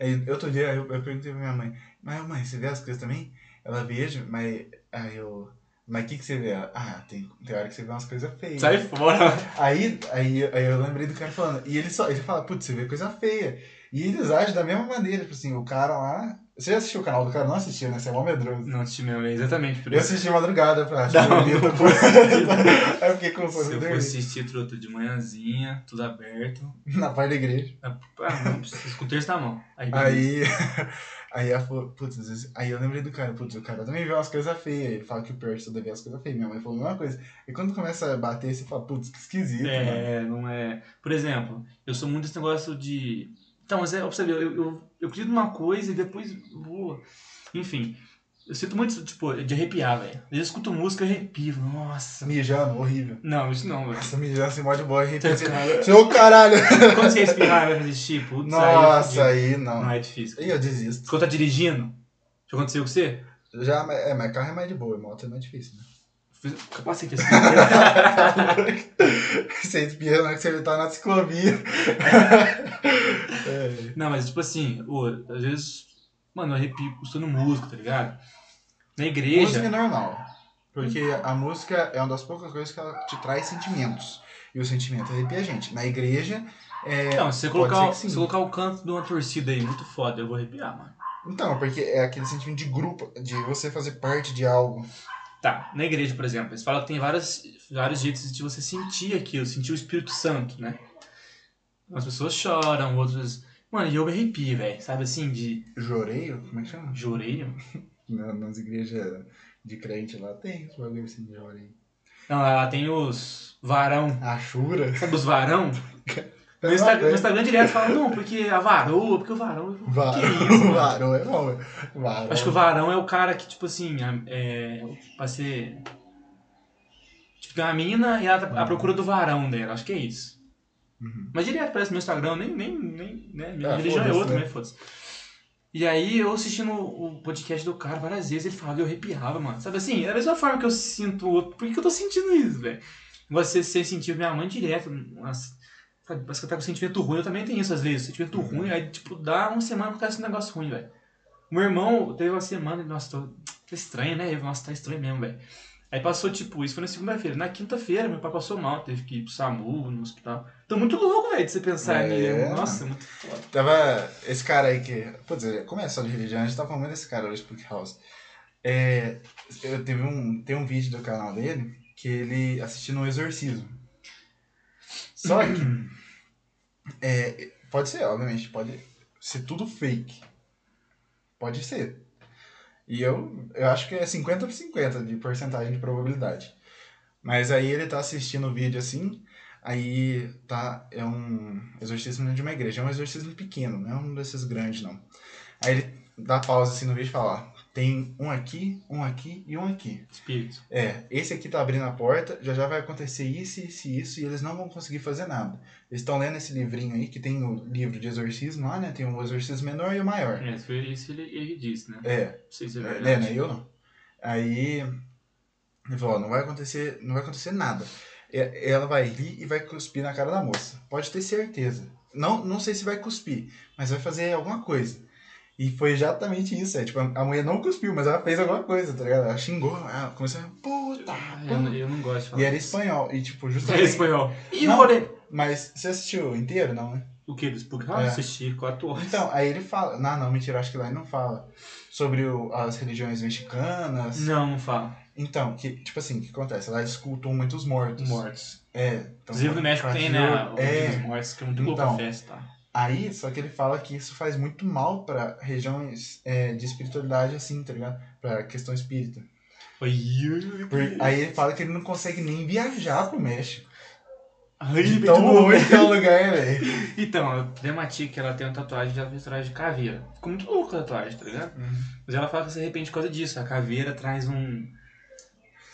Aí, outro dia eu, eu perguntei pra minha mãe, mas mãe, você vê as coisas também? Ela vejo, mas aí eu. Mas o que, que você vê? Ela, Ah, tem, tem hora que você vê umas coisas feias. Sai fora. Aí, aí, aí eu lembrei do cara falando, e ele só, ele fala, putz, você vê coisa feia. E eles agem da mesma maneira, tipo assim, o cara lá. Você já assistiu o canal do cara? Não assistiu, né? Você é mó medroso. Não assisti mesmo, é exatamente por Eu isso. assisti de madrugada pra Não, tipo, eu li, não tô- foi assistido. Aí eu fiquei com um Se sono eu dormi. fosse assistir truta de manhãzinha, tudo aberto. na parte da igreja. Ah, não precisa, com o terço na mão. Aí, beleza. Aí. Aí ela falou, putz, às vezes- aí eu lembrei do cara, putz, o cara também vê umas coisas feias. Ele fala que o pior de tudo é ver as coisas feias. Minha mãe falou a mesma coisa. E quando começa a bater, você fala, putz, que esquisito, mano. É, não é. Por exemplo, eu sou muito esse negócio de. Então, mas é, ó, pra você ver, eu, eu, eu acredito numa coisa e depois vou. Enfim, eu sinto muito, tipo, de arrepiar, velho. Às vezes eu escuto música e arrepio. Nossa. Tá Mijando, horrível. Não, isso não, velho. Nossa, mijando assim, mod boy, Então, arrepia. cara, Seu caralho! Quando você espirrar, vai fazer tipo, putz, aí eu Nossa, fudi. aí não. Não é difícil. Aí eu desisto. Quando tá dirigindo, já aconteceu com você? Já, é, mas carro é mais de boa, e moto é mais difícil, né? Fiz- Capacete assim. você espirra na hora que você tá na ciclovia. É. Não, mas tipo assim, ô, às vezes, mano, eu arrepio custando música, tá ligado? Na Música igreja. é normal. Porque a música é uma das poucas coisas que ela te traz sentimentos. E o sentimento arrepia a gente. Na igreja, é. Não, Então, se você Pode colocar, ser que se sim. você colocar o canto de uma torcida aí muito foda, eu vou arrepiar, mano. Então, porque é aquele sentimento de grupo, de você fazer parte de algo. Tá, na igreja, por exemplo, eles falam que tem várias, vários jeitos de você sentir aquilo, sentir o Espírito Santo, né? Umas pessoas choram, outras. Mano, e eu me arrepio, velho. Sabe assim, de Joreio? Como é que chama? joreio? Na- Nas igrejas de crente lá tem os bagulho assim de joreio. Não, lá tem os varão. Achura? Sabe os varão? No Instagram, no Instagram direto falam, não, porque a varoa, porque o varão. Eu- Que isso, Varão, mano? varão é bom. velho. Varão. Acho que o varão é o cara que, tipo assim, é, é, pra ser. Tipo, tem uma mina e ela tá à procura do varão dela, acho que é isso. Uhum. Mas direto aparece no meu Instagram, nem. nem, nem né? Minha Ah, religião é foda-se, outra, né? né? Foda-se. E aí eu assistindo o podcast do cara várias vezes, ele falava e eu arrepiava, mano. Sabe assim, é a mesma forma que eu sinto o outro. Por que que eu tô sentindo isso, velho? Você ser sentir minha mãe direto. Nossa, sabe, parece que eu tá com sentimento ruim. Eu também tenho isso às vezes, sentimento Uhum. ruim. Aí, tipo, dá uma semana que acontece um negócio ruim, velho. Meu irmão teve uma semana, ele, nossa, tô, tá estranho, né? Eu, Nossa, tá estranho mesmo, velho. Aí passou, tipo, isso foi na segunda-feira. Na quinta-feira, meu pai passou mal, teve que ir pro SAMU, no hospital. Tô muito louco, velho, de você pensar É. nisso. Nossa, muito foda. Tava esse cara aí que. Putz, ele- como é só de religião, a gente tava falando muito desse cara, o Spookhouse. É, eu teve um, tem um vídeo do canal dele que ele assistindo um exorcismo. Só que. é, pode ser, obviamente, pode ser tudo fake. Pode ser. E eu, eu acho que é 50 por 50 de porcentagem de probabilidade. Mas aí ele tá assistindo o vídeo assim, Aí tá, é um exorcismo dentro de uma igreja, é um exorcismo pequeno, não é um desses grandes não. Aí ele dá pausa assim no vídeo e fala, ó, tem um aqui, um aqui e um aqui. Espírito. É, esse aqui tá abrindo a porta, já já vai acontecer isso, isso e isso, e eles não vão conseguir fazer nada. Eles estão lendo esse livrinho aí, que tem o livro de exorcismo lá, né, tem o exorcismo menor e o maior. É, foi isso ele, ele disse, né? É, Não sei se é é, né, verdade. né, eu não. Aí ele falou, ó, não vai acontecer, não vai acontecer nada. E- Ela vai rir e vai cuspir na cara da moça. Pode ter certeza. Não, não sei se vai cuspir, mas vai fazer alguma coisa. E foi exatamente isso, é, tipo, a a mulher não cuspiu, mas ela fez alguma coisa, tá ligado? Ela xingou, ela começou a... Puta! Ah, eu, não- puta." eu não gosto de falar. Tá, E era isso. espanhol, e tipo, Era justamente... espanhol. E o Não. rolê? Mas você assistiu inteiro, não, né? O que? Do Spook House? É. Assisti 4 horas. Então, aí ele fala... Não, não, mentira, acho que lá ele não fala. Sobre o- as religiões mexicanas... Não, não fala. Então, que, tipo assim, o que acontece? Lá eles cultuam muitos mortos. Mortos. É. Então, Inclusive no México tem, né? praticamente- O Dia dos É. Mortos, que é muito louca Então. a festa. Aí, só que ele fala que isso faz muito mal pra regiões é, de espiritualidade, assim, tá ligado? Pra questão espírita. Ai, ai, Por- aí ele fala que ele não consegue nem viajar pro México. ai, De ai, tão muito ruim que é o lugar, velho. Então, a Dematic, ela tem uma tatuagem de ela fez tatuagem de caveira. Ficou muito louca a tatuagem, tá ligado? Uhum. Mas ela fala que se arrepende por causa disso. A caveira traz um.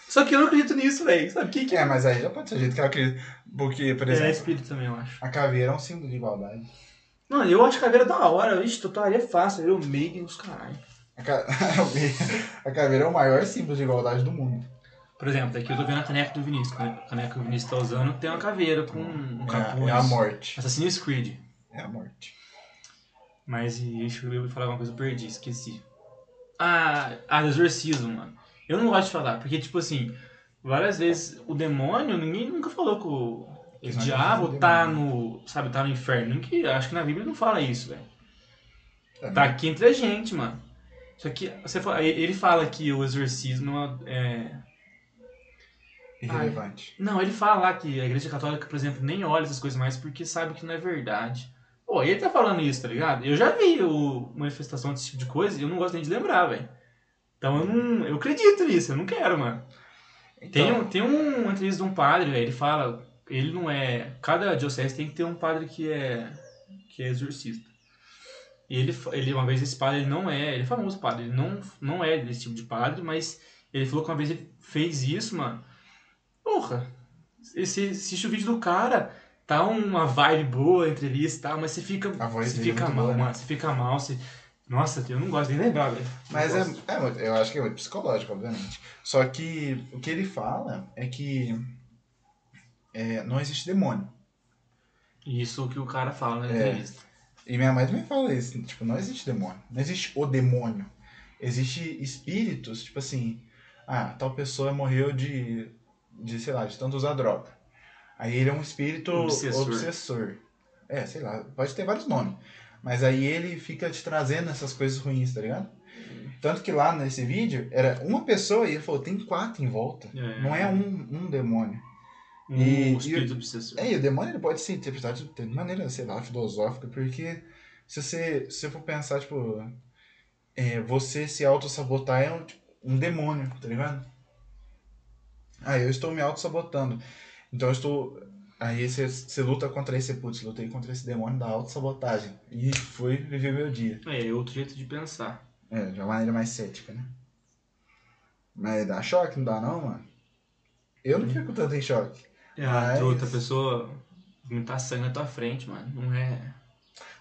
Só que eu não acredito nisso, velho. Sabe o que, que É, mas aí já pode ser o jeito que ela queria. Porque, por É exemplo, espírito também, eu acho. a caveira é um símbolo de igualdade. Mano, eu acho caveira da hora. Ixi, tatuaria é fácil. Eu meio os caralho. A, ca- a caveira é o maior símbolo de igualdade do mundo. Por exemplo, aqui eu tô vendo a caneca do Vinícius. né? A caneca que o Vinícius tá usando tem uma caveira com um capuz. É, é a morte. Assassin's Creed. É a morte. Mas e, deixa eu falar uma coisa, eu perdi, esqueci. Ah, ah, do exorcismo, mano. Eu não gosto de falar, porque, tipo assim, várias vezes o demônio, ninguém nunca falou que o O diabo tá no. Sabe, tá no inferno. Que, acho que na Bíblia não fala isso, velho. É Tá aqui entre a gente, mano. Só que você fala- ele fala que o exorcismo é. Irrelevante. Não, ele fala lá que a igreja católica, por exemplo, nem olha essas coisas mais porque sabe que não é verdade. Pô, ele tá falando isso, tá ligado? Eu já vi o manifestação desse tipo de coisa e eu não gosto nem de lembrar, velho. Então eu não. Eu acredito nisso, eu não quero, mano. Tem, Então, um, tem um, uma entrevista de um padre, velho, ele fala, ele não é, cada diocese tem que ter um padre que é, que é exorcista. E ele, fa- ele, uma vez esse padre, ele não é, ele é famoso padre, ele não, não é desse tipo de padre, mas ele falou que uma vez ele fez isso, mano. Porra, esse, assiste o vídeo do cara, tá uma vibe boa, a entrevista e tal, mas você fica, A voz você dele é fica muito mal, boa, né? mano, você fica mal, você... Nossa, eu não gosto nem de lembrar, velho. Não Mas é, gosto. é muito- eu acho que é muito psicológico, obviamente. Só que o que ele fala é que é, não existe demônio. Isso que o cara fala na É. entrevista. E minha mãe também fala isso, tipo, não existe demônio. Não existe o demônio. Existe espíritos, tipo assim, ah, tal pessoa morreu de, de sei lá, de tanto usar droga. Aí ele é um espírito Obsessor. obsessor. É, sei lá, pode ter vários nomes. Mas aí ele fica te trazendo essas coisas ruins, tá ligado? Tanto que lá nesse vídeo era uma pessoa e ele falou, tem quatro em volta. É. Não é um, um demônio. Um E- espírito obsessor. É, e o demônio ele pode ser interpretado de- de maneira, sei lá, filosófica, porque se você, se você for pensar, tipo, é, você se autossabotar é um, tipo, um demônio, tá ligado? Ah, eu estou me autossabotando. Então eu estou. Aí você, você luta contra esse, putz, lutei contra esse demônio da autossabotagem. E fui viver meu dia. É, é outro jeito de pensar. É, de uma maneira mais cética, né? Mas dá choque, não dá não, mano? Eu não fico tanto em choque. É, Mas- outra pessoa vomitar sangue na tua frente, mano. Não é.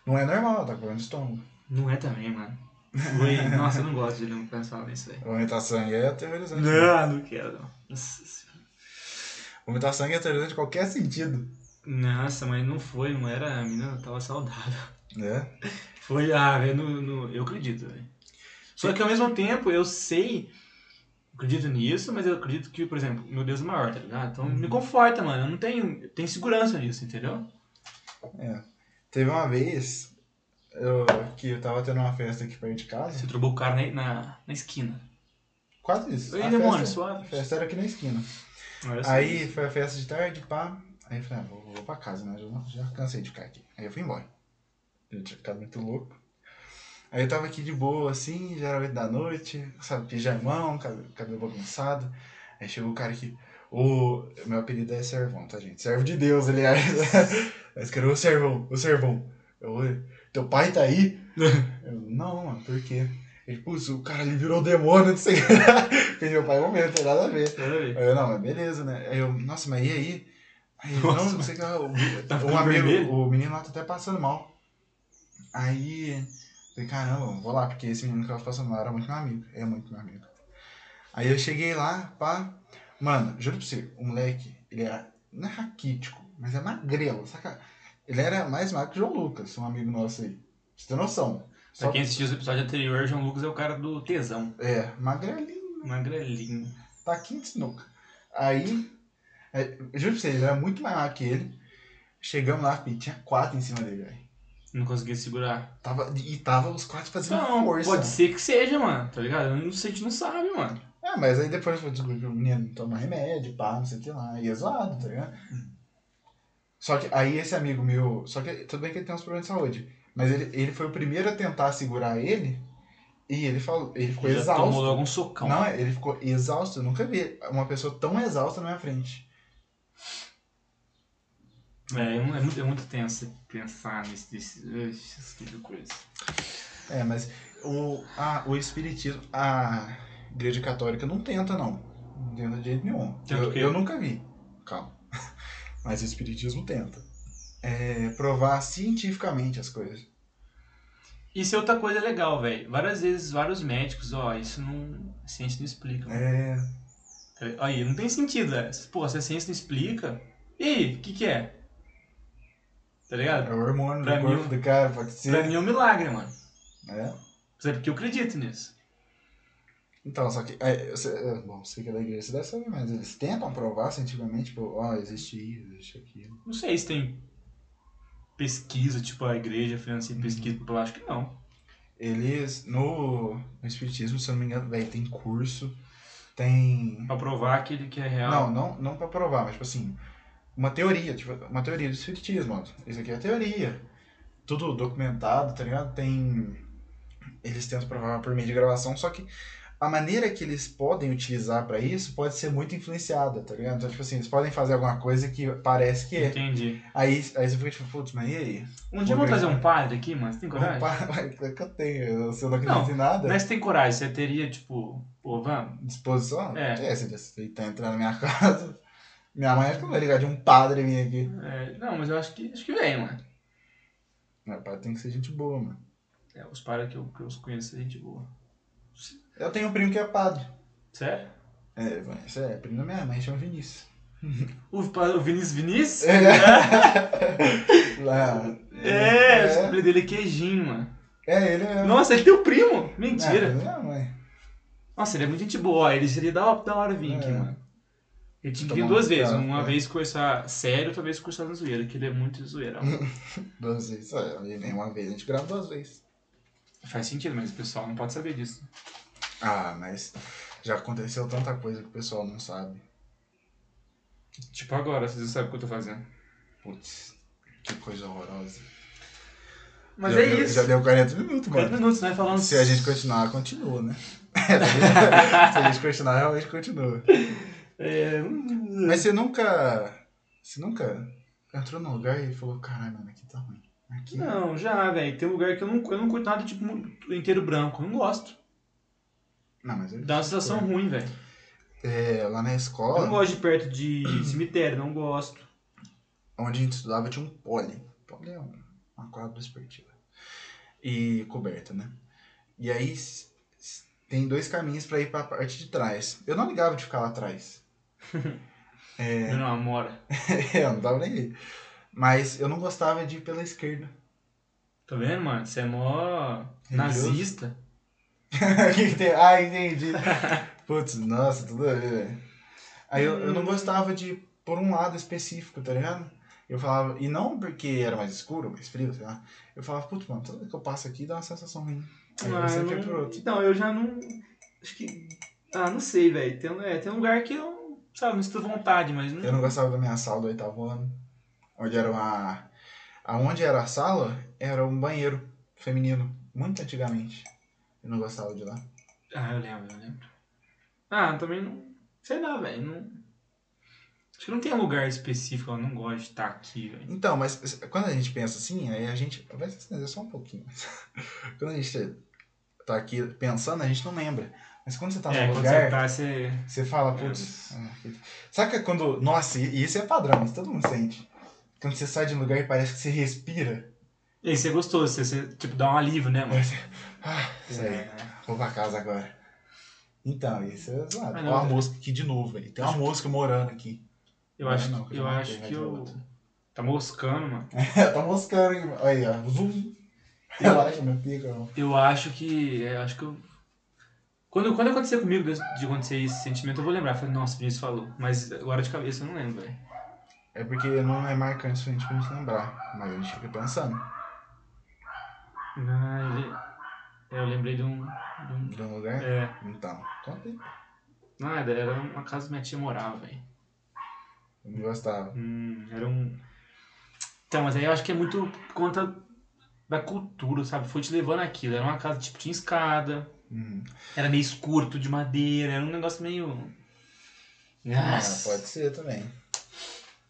Não é normal, tá comendo estômago. Não é também, mano. Foi... Nossa, eu não gosto de não pensar nisso, velho. Vomitar sangue é aterrorizante. Não, não quero, não. Nossa, senhora. Vomitar sangue é aterrorizante em qualquer sentido. Nossa, mas não foi, não era. A menina tava saudável. Né? Foi, ah, velho, no- no- eu acredito, velho. Só que ao mesmo tempo, eu sei. Acredito nisso, mas eu acredito que, por exemplo, meu Deus é maior, tá ligado? Então me conforta, mano. Eu não tenho. Eu tenho segurança nisso, entendeu? Teve uma vez eu- que eu tava tendo uma festa aqui perto de Você casa. trobou o cara na, na, na esquina. Quase isso. Ei, A demônio, Ah, festa, suave. a festa era aqui na esquina. Olha só Aí foi a festa de tarde, pá. Aí eu falei, ah, vou, vou pra casa, né? Já, já cansei de ficar aqui. Aí eu fui embora. Eu tinha ficado muito louco. Aí eu tava aqui de boa, assim, já era oito da noite, sabe, pijamão, cabelo, cabelo bagunçado. Aí chegou o cara que. O meu apelido é Servão, tá, gente? Servo de Deus, aliás. Mas quero o Servão, o Servão. Eu, "Oi, teu pai tá aí? eu, não, mano, por quê? Ele, putz, o cara ele virou demônio, não sei o que. Porque meu pai morreu, não tem nada a ver. Nada a ver. Aí eu, não, mas beleza, né? Aí eu, nossa, mas e aí? Aí eu, Nossa, não, não sei o que lá. o- Tá ficando um amigo, vermelho? o menino lá tá até passando mal. Aí, eu falei, caramba, vou lá, porque esse menino que tava passando mal era muito meu amigo. É muito meu amigo. Aí eu cheguei lá, pá. Mano, juro pra você, o moleque, ele era, não é raquítico, mas é magrelo, saca? Ele era mais magro que o João Lucas, um amigo nosso aí. Pra você ter noção. Pra quem assistiu o episódio anterior, João Lucas é o cara do tesão. É, magrelinho. Magrelinho. tá quente sinuca. Aí, é, juro pra vocês, era muito maior que ele. Chegamos lá, filho, tinha quatro em cima dele, velho. Não conseguia segurar. Tava, e tava os quatro fazendo Não, força. pode ser que seja, mano. Tá ligado? Eu não sei, a gente não sabe, mano. É, mas aí depois foi descobrir que o menino toma remédio, pá, não sei o que lá. E é zoado, tá ligado? Só que aí esse amigo meu. Só que tudo bem que ele tem uns problemas de saúde. Mas ele, ele foi o primeiro a tentar segurar ele. E ele falou. Ele ficou Já exausto. tomou logo um socão. Não, ele ficou exausto. Eu nunca vi uma pessoa tão exausta na minha frente. É, é, mu- é muito, é muito tenso você pensar nesse, nesse, nesse, tipo de coisa. É, mas o, a, o espiritismo, a igreja católica não tenta, não. Não tenta de jeito nenhum. Tenta o Eu, quê? eu nunca vi. Calma. Mas o espiritismo tenta. É, provar cientificamente as coisas. Isso é outra coisa legal, velho. Várias vezes, vários médicos, ó, isso não. assim, A ciência não explica. mano. É, Tá ligado? Aí, não tem sentido, velho. Pô, se a ciência não explica. E aí, o que, que é? Tá ligado? é o hormônio Pra do mim, corpo do cara, pode ser. Pra mim é um milagre, mano. É. Sabe? Porque eu acredito nisso. Então, só que. é, eu sei- é, bom, você que é da igreja, você deve saber, mas eles tentam provar cientificamente, tipo, ó, existe isso, existe aquilo. Não sei se tem pesquisa, tipo a igreja financia pesquisa Uhum. por lá, acho que não. Eles. No, no Espiritismo, se eu não me engano, velho, tem curso, tem. Pra provar que ele que é real. Não, não, não pra provar, mas tipo assim, uma teoria, tipo, uma teoria do espiritismo. ó. Isso aqui é teoria. Tudo documentado, tá ligado? Tem. Eles tentam provar por meio de gravação, só que a maneira que eles podem utilizar pra isso pode ser muito influenciada, tá ligado? Então, tipo assim, eles podem fazer alguma coisa que parece que é. Entendi. Aí, aí você fica tipo, putz, mas e aí? Um dia Vou vamos trazer ver. um padre aqui, mano. Você tem coragem? né? Opa, mas é que eu tenho, você não acredita em nada. Mas você tem coragem, você teria, tipo, pô, vamos. Disposição? É. É, se você tá entrando na minha casa. Minha mãe acho que não vai ligar de um padre vir aqui. É, não, mas eu acho que acho que vem, mano. Meu pai tem que ser gente boa, mano. É, os padres que eu, que eu conheço é gente boa. Eu tenho um primo que é padre. Sério? É, mas é, primo da minha mãe, chama Vinícius. O, padre- o Vinícius Vinícius? Lá. É, o é, sobrinho dele é queijinho, mano. é, ele é. Nossa, ele tem o primo! É, Mentira! minha mãe. Nossa, ele é muito gente boa, ó, ele seria da, hora- da hora vir aqui, É. mano. Ele tinha que vir Tomar duas um vezes, café. uma vez conversar sério, outra vez conversar na zoeira, que ele é muito zoeira. Duas vezes. É, ele vem uma vez, a gente grava duas vezes. Faz sentido, mas o pessoal não pode saber disso. Ah, mas já aconteceu tanta coisa que o pessoal não sabe. Tipo agora, vocês não sabem o que eu tô fazendo. Putz, que coisa horrorosa. Mas já é deu, isso. Já deu 40 minutos, mano. 40 minutos, né? Falando. Se a gente continuar, continua, né? Se a gente continuar, realmente continua. É, hum, Mas você nunca. Você nunca entrou num lugar e falou, caralho, mano, aqui tá ruim. Aqui. Não, já, velho. Tem um lugar que eu não, eu não curto nada, tipo, muito- inteiro branco. Eu não gosto. Não, mas eu- Dá uma sensação ruim, velho. É, lá na Eu não escola, gosto de perto de cemitério, não gosto. onde a gente estudava, tinha um pole. Pole é um- uma quadra esportiva. E coberta, né? E aí s- s- tem dois caminhos pra ir pra parte de trás. Eu não ligava de ficar lá atrás. É. Eu não amora. eu não tava nem aí. Mas eu não gostava de ir pela esquerda. Tá vendo, mano? Você é mó Religioso. nazista. Que que tem- ah, entendi. Putz, nossa, tudo a ver, velho. Aí eu, eu não gostava de ir por um lado específico, tá ligado? Eu falava, e não porque era mais escuro, mais frio, sei lá. Eu falava, putz, mano, toda vez que eu passo aqui dá uma sensação ruim. Aí eu Ah, eu sempre ia pro não... é outro. Então, eu já não. Acho que. Ah, não sei, velho. Tem, é, tem um lugar que eu, sabe, não sinto vontade, mas não. Eu não gostava da minha sala do oitavo ano. Onde era uma. Aonde era a sala, era um banheiro feminino. Muito antigamente. Eu não gostava de lá. Ah, eu lembro, eu lembro. Ah, eu também não. Sei lá, velho. Não... Acho que não tem um lugar específico, eu não gosto de estar aqui, velho. Então, mas quando a gente pensa assim, aí a gente. Vai se estender só um pouquinho. quando a gente tá aqui pensando, a gente não lembra. Mas quando você tá é, num quando lugar, você tá, você. você fala, putz. ah, que- Sabe que quando. Nossa, e e isso é padrão, isso todo mundo sente. Quando você sai de um lugar e parece que você respira. E aí você gostou, você, você, tipo, dá um alívio, né, mano? Aí você, Ah, É. sei. Vou pra casa agora. Então, isso é zoado. Ah, Olha não, uma eu- mosca aqui de novo, velho. Tem uma mosca morando aqui. Eu acho, Não, não, eu não, acho tem que mais eu. outra. Tá moscando, mano. tá moscando, hein? Aí, ó. Zum. Relaxa, meu é pico. ó. Eu acho que. é, Eu acho que eu. Quando, quando acontecer comigo desse- de acontecer esse sentimento, eu vou lembrar. Falei, nossa, o Vinícius falou. Mas agora de cabeça eu não lembro, velho. É porque não é marcante o suficiente pra gente lembrar, mas a gente fica pensando. Ah, ele- é, eu lembrei de um. de um- De um lugar? É. Então, conta aí. Nada, era uma casa que minha tia morava, velho. Eu não gostava. Hum, era um. Então, mas aí eu acho que é muito por conta da cultura, sabe? Foi te levando aquilo. Era uma casa, tipo, tinha escada, Uhum. era meio escuro, tudo de madeira, era um negócio meio. Ah, Nossa, pode ser também.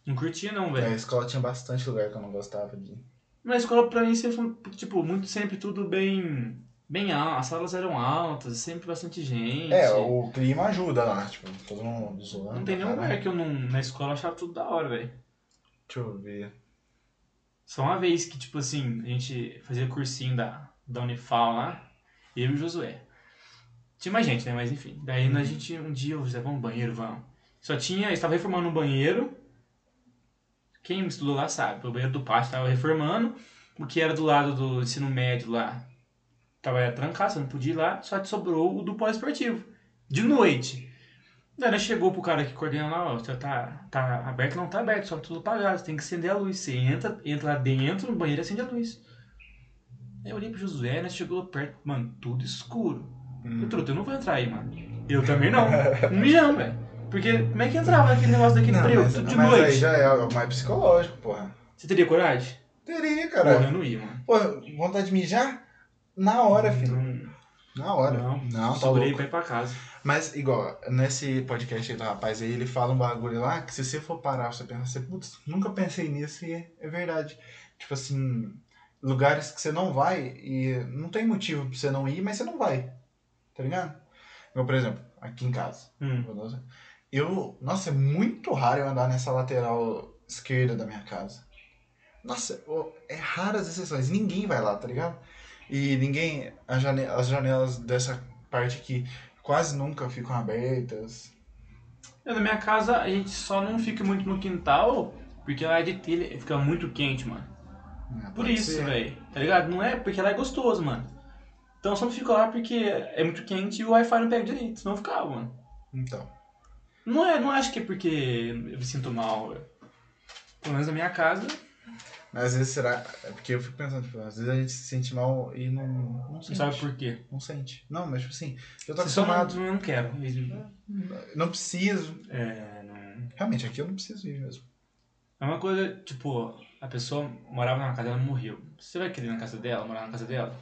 Não curtia, não, É, velho. A escola tinha bastante lugar que eu não gostava de. ir. Na escola, pra mim, sempre foi, tipo, muito sempre tudo bem. Bem alto. As salas eram altas, sempre bastante gente. É, o clima ajuda lá, tipo, todo mundo zoando. Não tem nenhum caralho. lugar que eu não. Na escola eu achava tudo da hora, velho. Deixa eu ver. Só uma vez que, tipo assim, a gente fazia cursinho da, da Unifal lá, eu e o Josué. Tinha mais gente, né? Mas enfim. Daí a gente, um dia, o José, vamos no banheiro, vamos. Só tinha. Eles estavam reformando um banheiro. Quem estudou lá sabe. O banheiro do pátio estava reformando. O que era do lado do ensino médio lá tava trancado, você não podia ir lá. Só te sobrou o do pós-esportivo. de noite. Daí ela chegou pro cara que coordena lá, ó, tá, tá, tá aberto? Não, tá aberto, só que tudo apagado, você tem que acender a luz. Você entra, entra lá dentro, no banheiro acende a luz. Aí eu olhei pro Josué, né, chegou perto, mano, tudo escuro. Hum. Eu truta, eu não vou entrar aí, mano. Eu também não. Um Mijão, velho. Porque como é que entrava aquele negócio daquele Não, preto, mas, tudo de mas noite? aí já é algo mais psicológico, porra. Você teria coragem? Teria, Porra, cara. eu não ia, mano. Pô, vontade de mijar? Na hora, filho. Não, Na hora. não, Não, tá Então, segurei louco. pra ir pra casa. Mas, igual, nesse podcast aí do rapaz aí, ele fala um bagulho lá que se você for parar, você pensa assim, putz, nunca pensei nisso e é verdade. Tipo assim, lugares que você não vai e não tem motivo pra você não ir, mas você não vai. Tá ligado? Igual, por exemplo, aqui em casa. Hum. Eu, nossa, é muito raro eu andar nessa lateral esquerda da minha casa. Nossa, ô, é raras exceções. Ninguém vai lá, tá ligado? E ninguém. a jane- as janelas dessa parte aqui quase nunca ficam abertas. Eu, na minha casa, a gente só não fica muito no quintal, porque lá é de telha, fica muito quente, mano. Ah, Por pode isso, ser. velho. Tá ligado? Não é porque lá é gostoso, mano. Então eu só não fico lá porque é muito quente e o Wi-Fi não pega direito, senão eu ficava, mano. Então. Não é, não acho que é porque eu me sinto mal. velho. Pelo menos na minha casa. Mas às vezes será. é Porque eu fico pensando, tipo, às vezes a gente se sente mal e não. Não Não sente. sabe por quê. Não sente. Não, mas tipo assim, eu tô Você só não, acostumado. É. não quero. Não preciso. É, não- Realmente, aqui eu não preciso ir mesmo. é uma coisa, tipo, a pessoa morava na casa dela e morreu. Você vai querer ir na casa dela, morar na casa dela?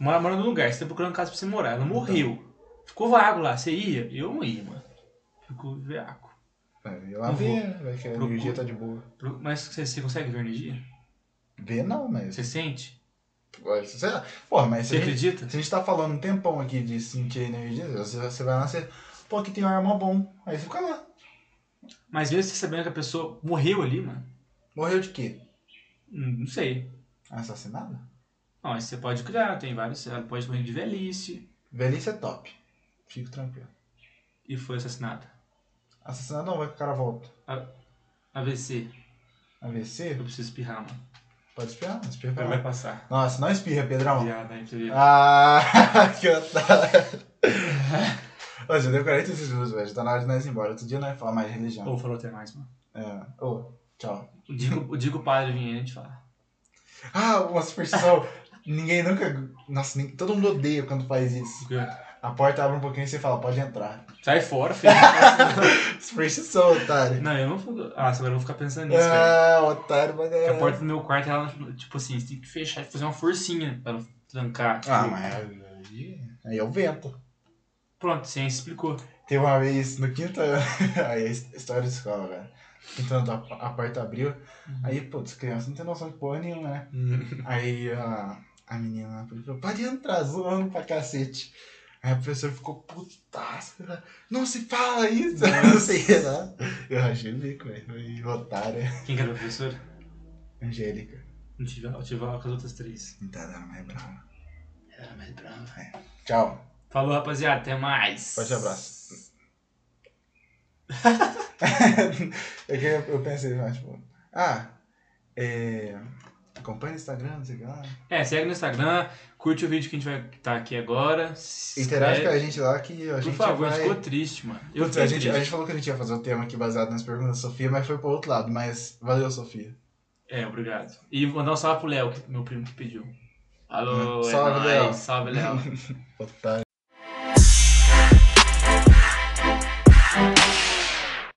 Mora, mora no lugar, você tá procurando casa pra você morar. Então. Ela morreu. Ficou vago lá, você ia? Eu não ia, mano. Ficou veaco. Vai ir lá Não ver, né? Vai que a Procura. energia tá de boa. Pro- Mas você, você consegue ver energia? Ver não, mas. Você sente? Agora, se Você... Porra, mas se Você a, gente, acredita? se a gente tá falando um tempão aqui de sentir energia, você, você vai lá, você. Pô, aqui tem um arma bom. Aí você fica lá. Mas mesmo você sabendo que a pessoa morreu ali, mano, Morreu de quê? hum, não sei. Assassinado? Não, isso você pode criar, tem vários. Ela pode morrer de velhice Velhice é top. Fico tranquilo. e foi assassinada. Assassinado não, vai que o cara volta. AVC, AVC? eu preciso espirrar, mano. Pode espirrar? Não espirra pra Agora vai lá. passar. Nossa, não espirra, Pedrão. Viado, aí, pra ver. Ah, que otário. Ô, já deu 46 minutos, velho. Já Tá na hora de nós ir embora. Outro dia nós vamos falar mais de religião. Ou falou até mais, mano. É. Ô, tchau. O Digo, o Digo Padre vinha e a gente fala. Ah, uma superstição. Ninguém nunca. Nossa, nem- todo mundo odeia quando faz isso. A porta abre um pouquinho e você fala, pode entrar. é. Sai fora, filho. Superstição, otário. não, eu não fico. Ah, agora eu vou ficar pensando nisso, velho. Ah, otário, mas Porque é. a porta do meu quarto, ela, tipo assim, você tem que fechar, fazer uma forcinha pra ela trancar. Ah, Tipo, mas aí- aí é o vento. Pronto, ciência explicou. Tem uma vez no quinto ano. Aí é his- história de escola, velho. Quinto ano, a a porta abriu. Aí, putz, criança não tem noção de porra nenhuma, né? Hum. Aí a, a menina falou, pode entrar, zoando pra cacete. Aí a professora ficou putaça. ela, Não se fala isso, eu não sei nada. Eu achei o bico, velho. E otária. Quem que era o professor? Angélica. Não tive aula, eu tive aula com as outras três. Não tá dando mais brava. Era mais brava. Tchau. Falou, rapaziada, até mais. Forte abraço. eu, que- eu pensei, mas, tipo, ah, é, acompanha o Instagram, não sei o que lá. É, segue no Instagram, curte o vídeo que a gente vai estar aqui agora. se Interage inscreve. com a gente lá que a É. Por gente favor, vai... ficou triste, mano. Eu Putz, fiquei a, gente, a triste. gente falou que a gente ia fazer o tema aqui baseado nas perguntas da Sofia, mas foi pro outro lado. Mas valeu, Sofia. É, obrigado. E vou mandar um salve pro Léo, que- meu primo que pediu. Alô, é Salve, nóis, Léo. Salve, Léo. Otário.